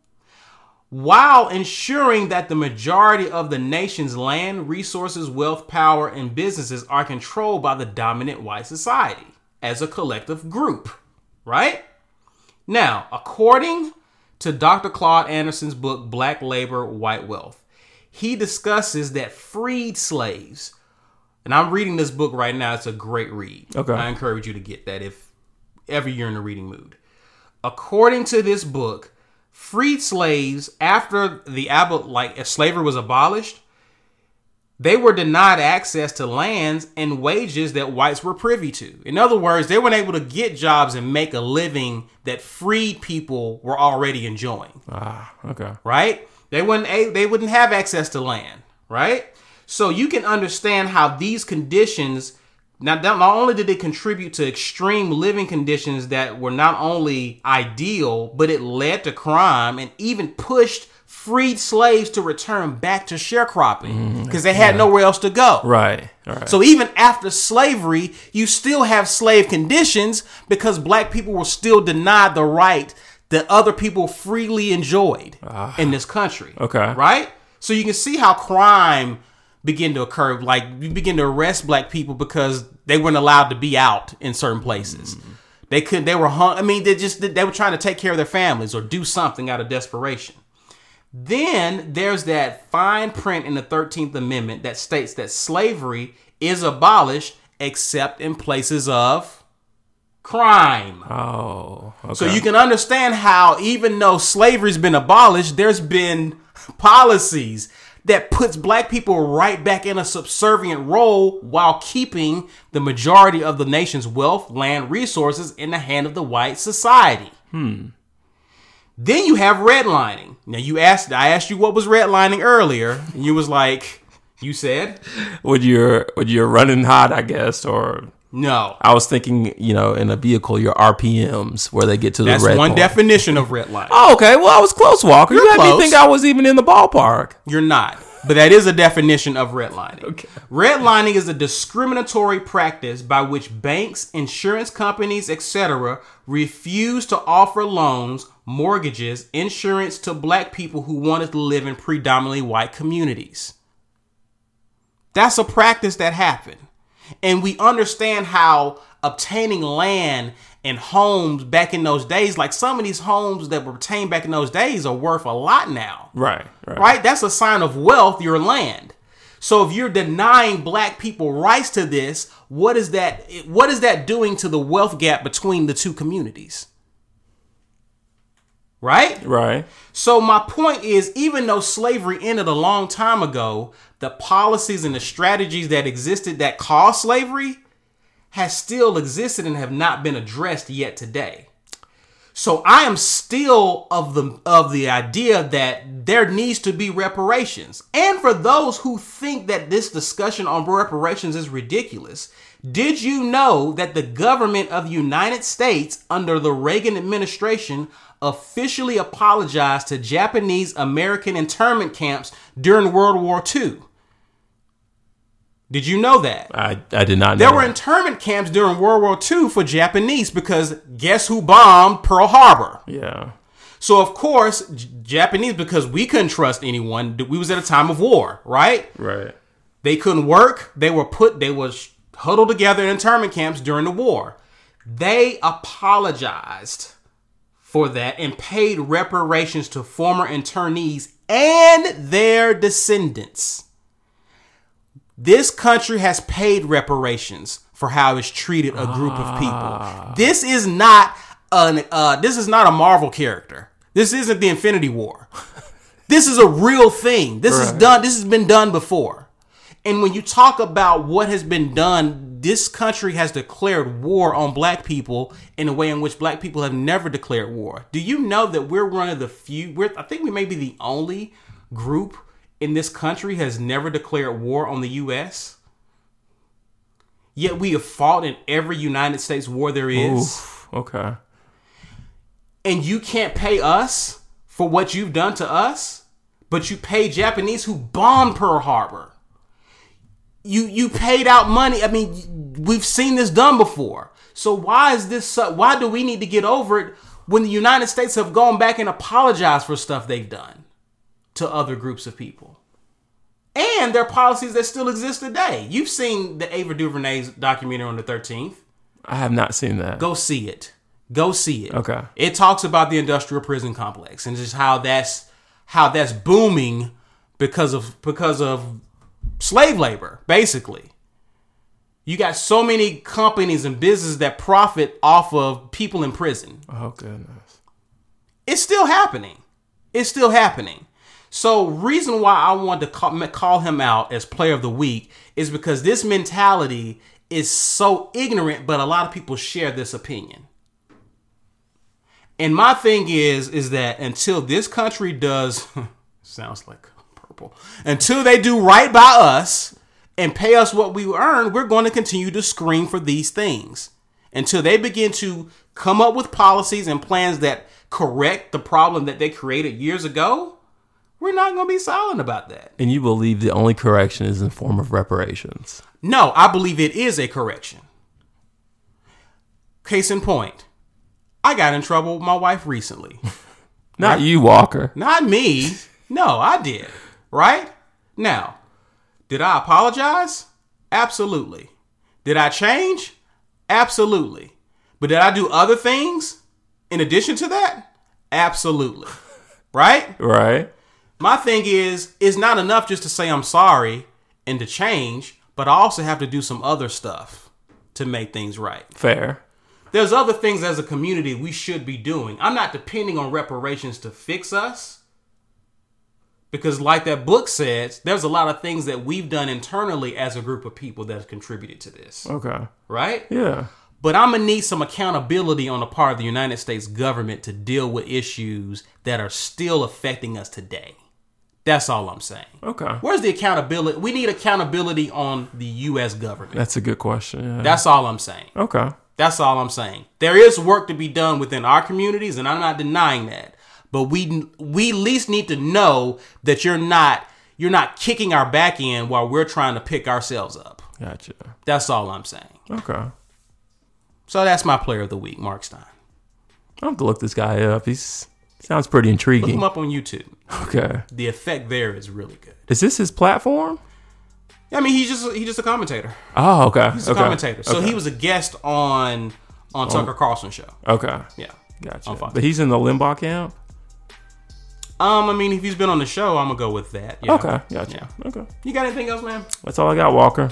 S1: while ensuring that the majority of the nation's land, resources, wealth, power, and businesses are controlled by the dominant white society as a collective group, right? Now, according to Dr. Claude Anderson's book, Black Labor, White Wealth, he discusses that freed slaves, and I'm reading this book right now, it's a great read.
S2: Okay.
S1: I encourage you to get that if ever you're in a reading mood. According to this book, freed slaves after the abo- like if slavery was abolished, they were denied access to lands and wages that whites were privy to. In other words, they weren't able to get jobs and make a living that freed people were already enjoying
S2: Ah, okay.
S1: right? They wouldn't a- they wouldn't have access to land, right? So you can understand how these conditions now not not only did they contribute to extreme living conditions that were not only ideal, but it led to crime and even pushed freed slaves to return back to sharecropping because they had nowhere else to go.
S2: Right. All right.
S1: So even after slavery, you still have slave conditions because black people were still denied the right that other people freely enjoyed in this country.
S2: Okay.
S1: Right? So you can see how crime began to occur. Like you begin to arrest black people because they weren't allowed to be out in certain places. They could they were hung I mean they just they were trying to take care of their families or do something out of desperation. Then there's that fine print in the 13th Amendment that states that slavery is abolished except in places of crime.
S2: oh, okay.
S1: So you can understand how even though slavery's been abolished, there's been policies that puts black people right back in a subservient role while keeping the majority of the nation's wealth, land, resources in the hand of the white society.
S2: Hmm.
S1: Then you have redlining. Now you asked I asked you what was redlining earlier, and you was like, you said?
S2: when you're when you're running hot, I guess, or
S1: No.
S2: I was thinking, you know, in a vehicle, your RPMs where they get to
S1: That's
S2: the red.
S1: one
S2: point.
S1: definition of redlining.
S2: Oh, okay. Well, I was close, Walker. you had
S1: close.
S2: me think I was even in the ballpark.
S1: You're not. But that is a definition of redlining. Redlining is a discriminatory practice by which banks, insurance companies, etc., refuse to offer loans, mortgages, insurance to black people who wanted to live in predominantly white communities. That's a practice that happened. And we understand how obtaining land and homes back in those days, like some of these homes that were obtained back in those days, are worth a lot now
S2: Right. Right.
S1: right? That's a sign of wealth, your land. So if you're denying black people rights to this, what is that what is that doing to the wealth gap between the two communities? right?
S2: Right.
S1: So my point is, even though slavery ended a long time ago, the policies and the strategies that existed that caused slavery has still existed and have not been addressed yet today. So I am still of the of the idea that there needs to be reparations. And for those who think that this discussion on reparations is ridiculous, did you know that the government of the United States under the Reagan administration officially apologized to Japanese American internment camps during World War II? Did you know that?
S2: I, I did not know.
S1: There were
S2: that.
S1: internment camps during World War II for Japanese because guess who bombed Pearl Harbor?
S2: yeah.
S1: So of course, J- Japanese because we couldn't trust anyone. We was at a time of war, right?
S2: Right.
S1: They couldn't work. They were put. They was huddled together in internment camps during the war. They apologized for that and paid reparations to former internees and their descendants. This country has paid reparations for how it's treated a group of people. This is not an uh, this is not a Marvel character. This isn't the Infinity War. This is a real thing. This is done. This has been done before. And when you talk about what has been done, this country has declared war on black people in a way in which black people have never declared war. Do you know that we're one of the few? We're, I think we may be the only group in this country has never declared war on the U.S. Yet we have fought in every United States war there is
S2: Oof. Okay.
S1: and you can't pay us for what you've done to us, but you pay Japanese who bombed Pearl Harbor. You you paid out money. I mean, we've seen this done before. So why is this? su- Why do we need to get over it when the United States have gone back and apologized for stuff they've done to other groups of people? And their policies that still exist today. You've seen the Ava DuVernay's documentary on the 13th
S2: I have not seen that.
S1: go see it. Go see it.
S2: Okay.
S1: It talks about the industrial prison complex and just how that's how that's booming because of because of slave labor, basically. You got so many companies and businesses that profit off of people in prison
S2: Oh goodness.
S1: it's still happening. It's still happening. So, reason why I wanted to call, call him out as player of the week is because this mentality is so ignorant, but a lot of people share this opinion. And my thing is, is that until this country does, sounds like purple, until they do right by us and pay us what we earn, we're going to continue to scream for these things until they begin to come up with policies and plans that correct the problem that they created years ago. We're not going to be silent about that.
S2: And you believe the only correction is in form of reparations.
S1: No, I believe it is a correction. Case in point, I got in trouble with my wife recently.
S2: Not you, Walker.
S1: Not me. No, I did. Right? Now, did I apologize? Absolutely. Did I change? Absolutely. But did I do other things in addition to that? Absolutely. Right?
S2: Right.
S1: My thing is, it's not enough just to say I'm sorry and to change, but I also have to do some other stuff to make things right
S2: Fair.
S1: there's other things as a community we should be doing. I'm not depending on reparations to fix us. Because, like that book says, there's a lot of things that we've done internally as a group of people that have contributed to this,
S2: Okay.
S1: right?
S2: Yeah.
S1: But I'm gonna need some accountability on the part of the United States government to deal with issues that are still affecting us today. That's all I'm saying.
S2: Okay.
S1: Where's the accountability? We need accountability on the U.S. government.
S2: That's a good question. Yeah.
S1: That's all I'm saying.
S2: okay.
S1: That's all I'm saying. There is work to be done within our communities, and I'm not denying that. But we we at least need to know that you're not you're not kicking our back end while we're trying to pick ourselves up.
S2: Gotcha.
S1: That's all I'm saying.
S2: Okay.
S1: So that's my player of the week, Mark Stein.
S2: I'll have to look this guy up. He's sounds pretty
S1: Look him
S2: intriguing.
S1: up on YouTube.
S2: Okay.
S1: The effect there is really good.
S2: Is this his platform?
S1: I mean, he's just he's just a commentator.
S2: Oh, okay.
S1: He's a
S2: okay.
S1: commentator. So
S2: okay.
S1: he was a guest on on Tucker Carlson show.
S2: Okay.
S1: Yeah.
S2: Gotcha.
S1: I'm fine.
S2: But he's in the Limbaugh camp?
S1: Um, I mean, if he's been on the show, I'm gonna go with that. yeah.
S2: Okay. Gotcha. Okay.
S1: You got anything else, man?
S2: That's all I got, Walker.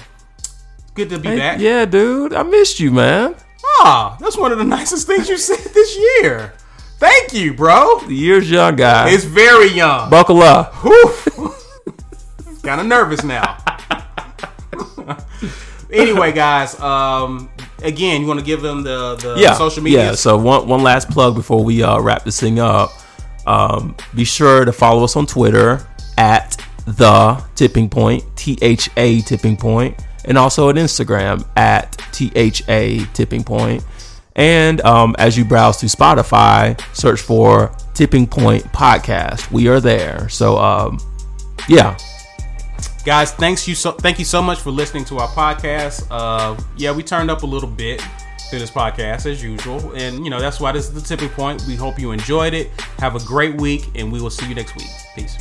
S1: Good to be
S2: Hey,
S1: back.
S2: yeah, dude. I missed you, man.
S1: Ah, that's one of the nicest things you said this year. Thank you, bro.
S2: The year's young, guys.
S1: It's very young.
S2: Buckle up.
S1: kind of nervous now. anyway, guys, um, again, you want to give them the, the
S2: yeah,
S1: social media?
S2: Yeah. So one one last plug before we uh, wrap this thing up. Um, be sure to follow us on Twitter at the tipping point, T H A tipping point, and also at Instagram at T H A tipping point. And um, as you browse through Spotify, search for Tipping Point Podcast. We are there. So um, yeah,
S1: guys thanks you so thank you so much for listening to our podcast uh yeah we turned up a little bit to this podcast as usual and you know that's why this is the tipping point we hope you enjoyed it have a great week and we will see you next week peace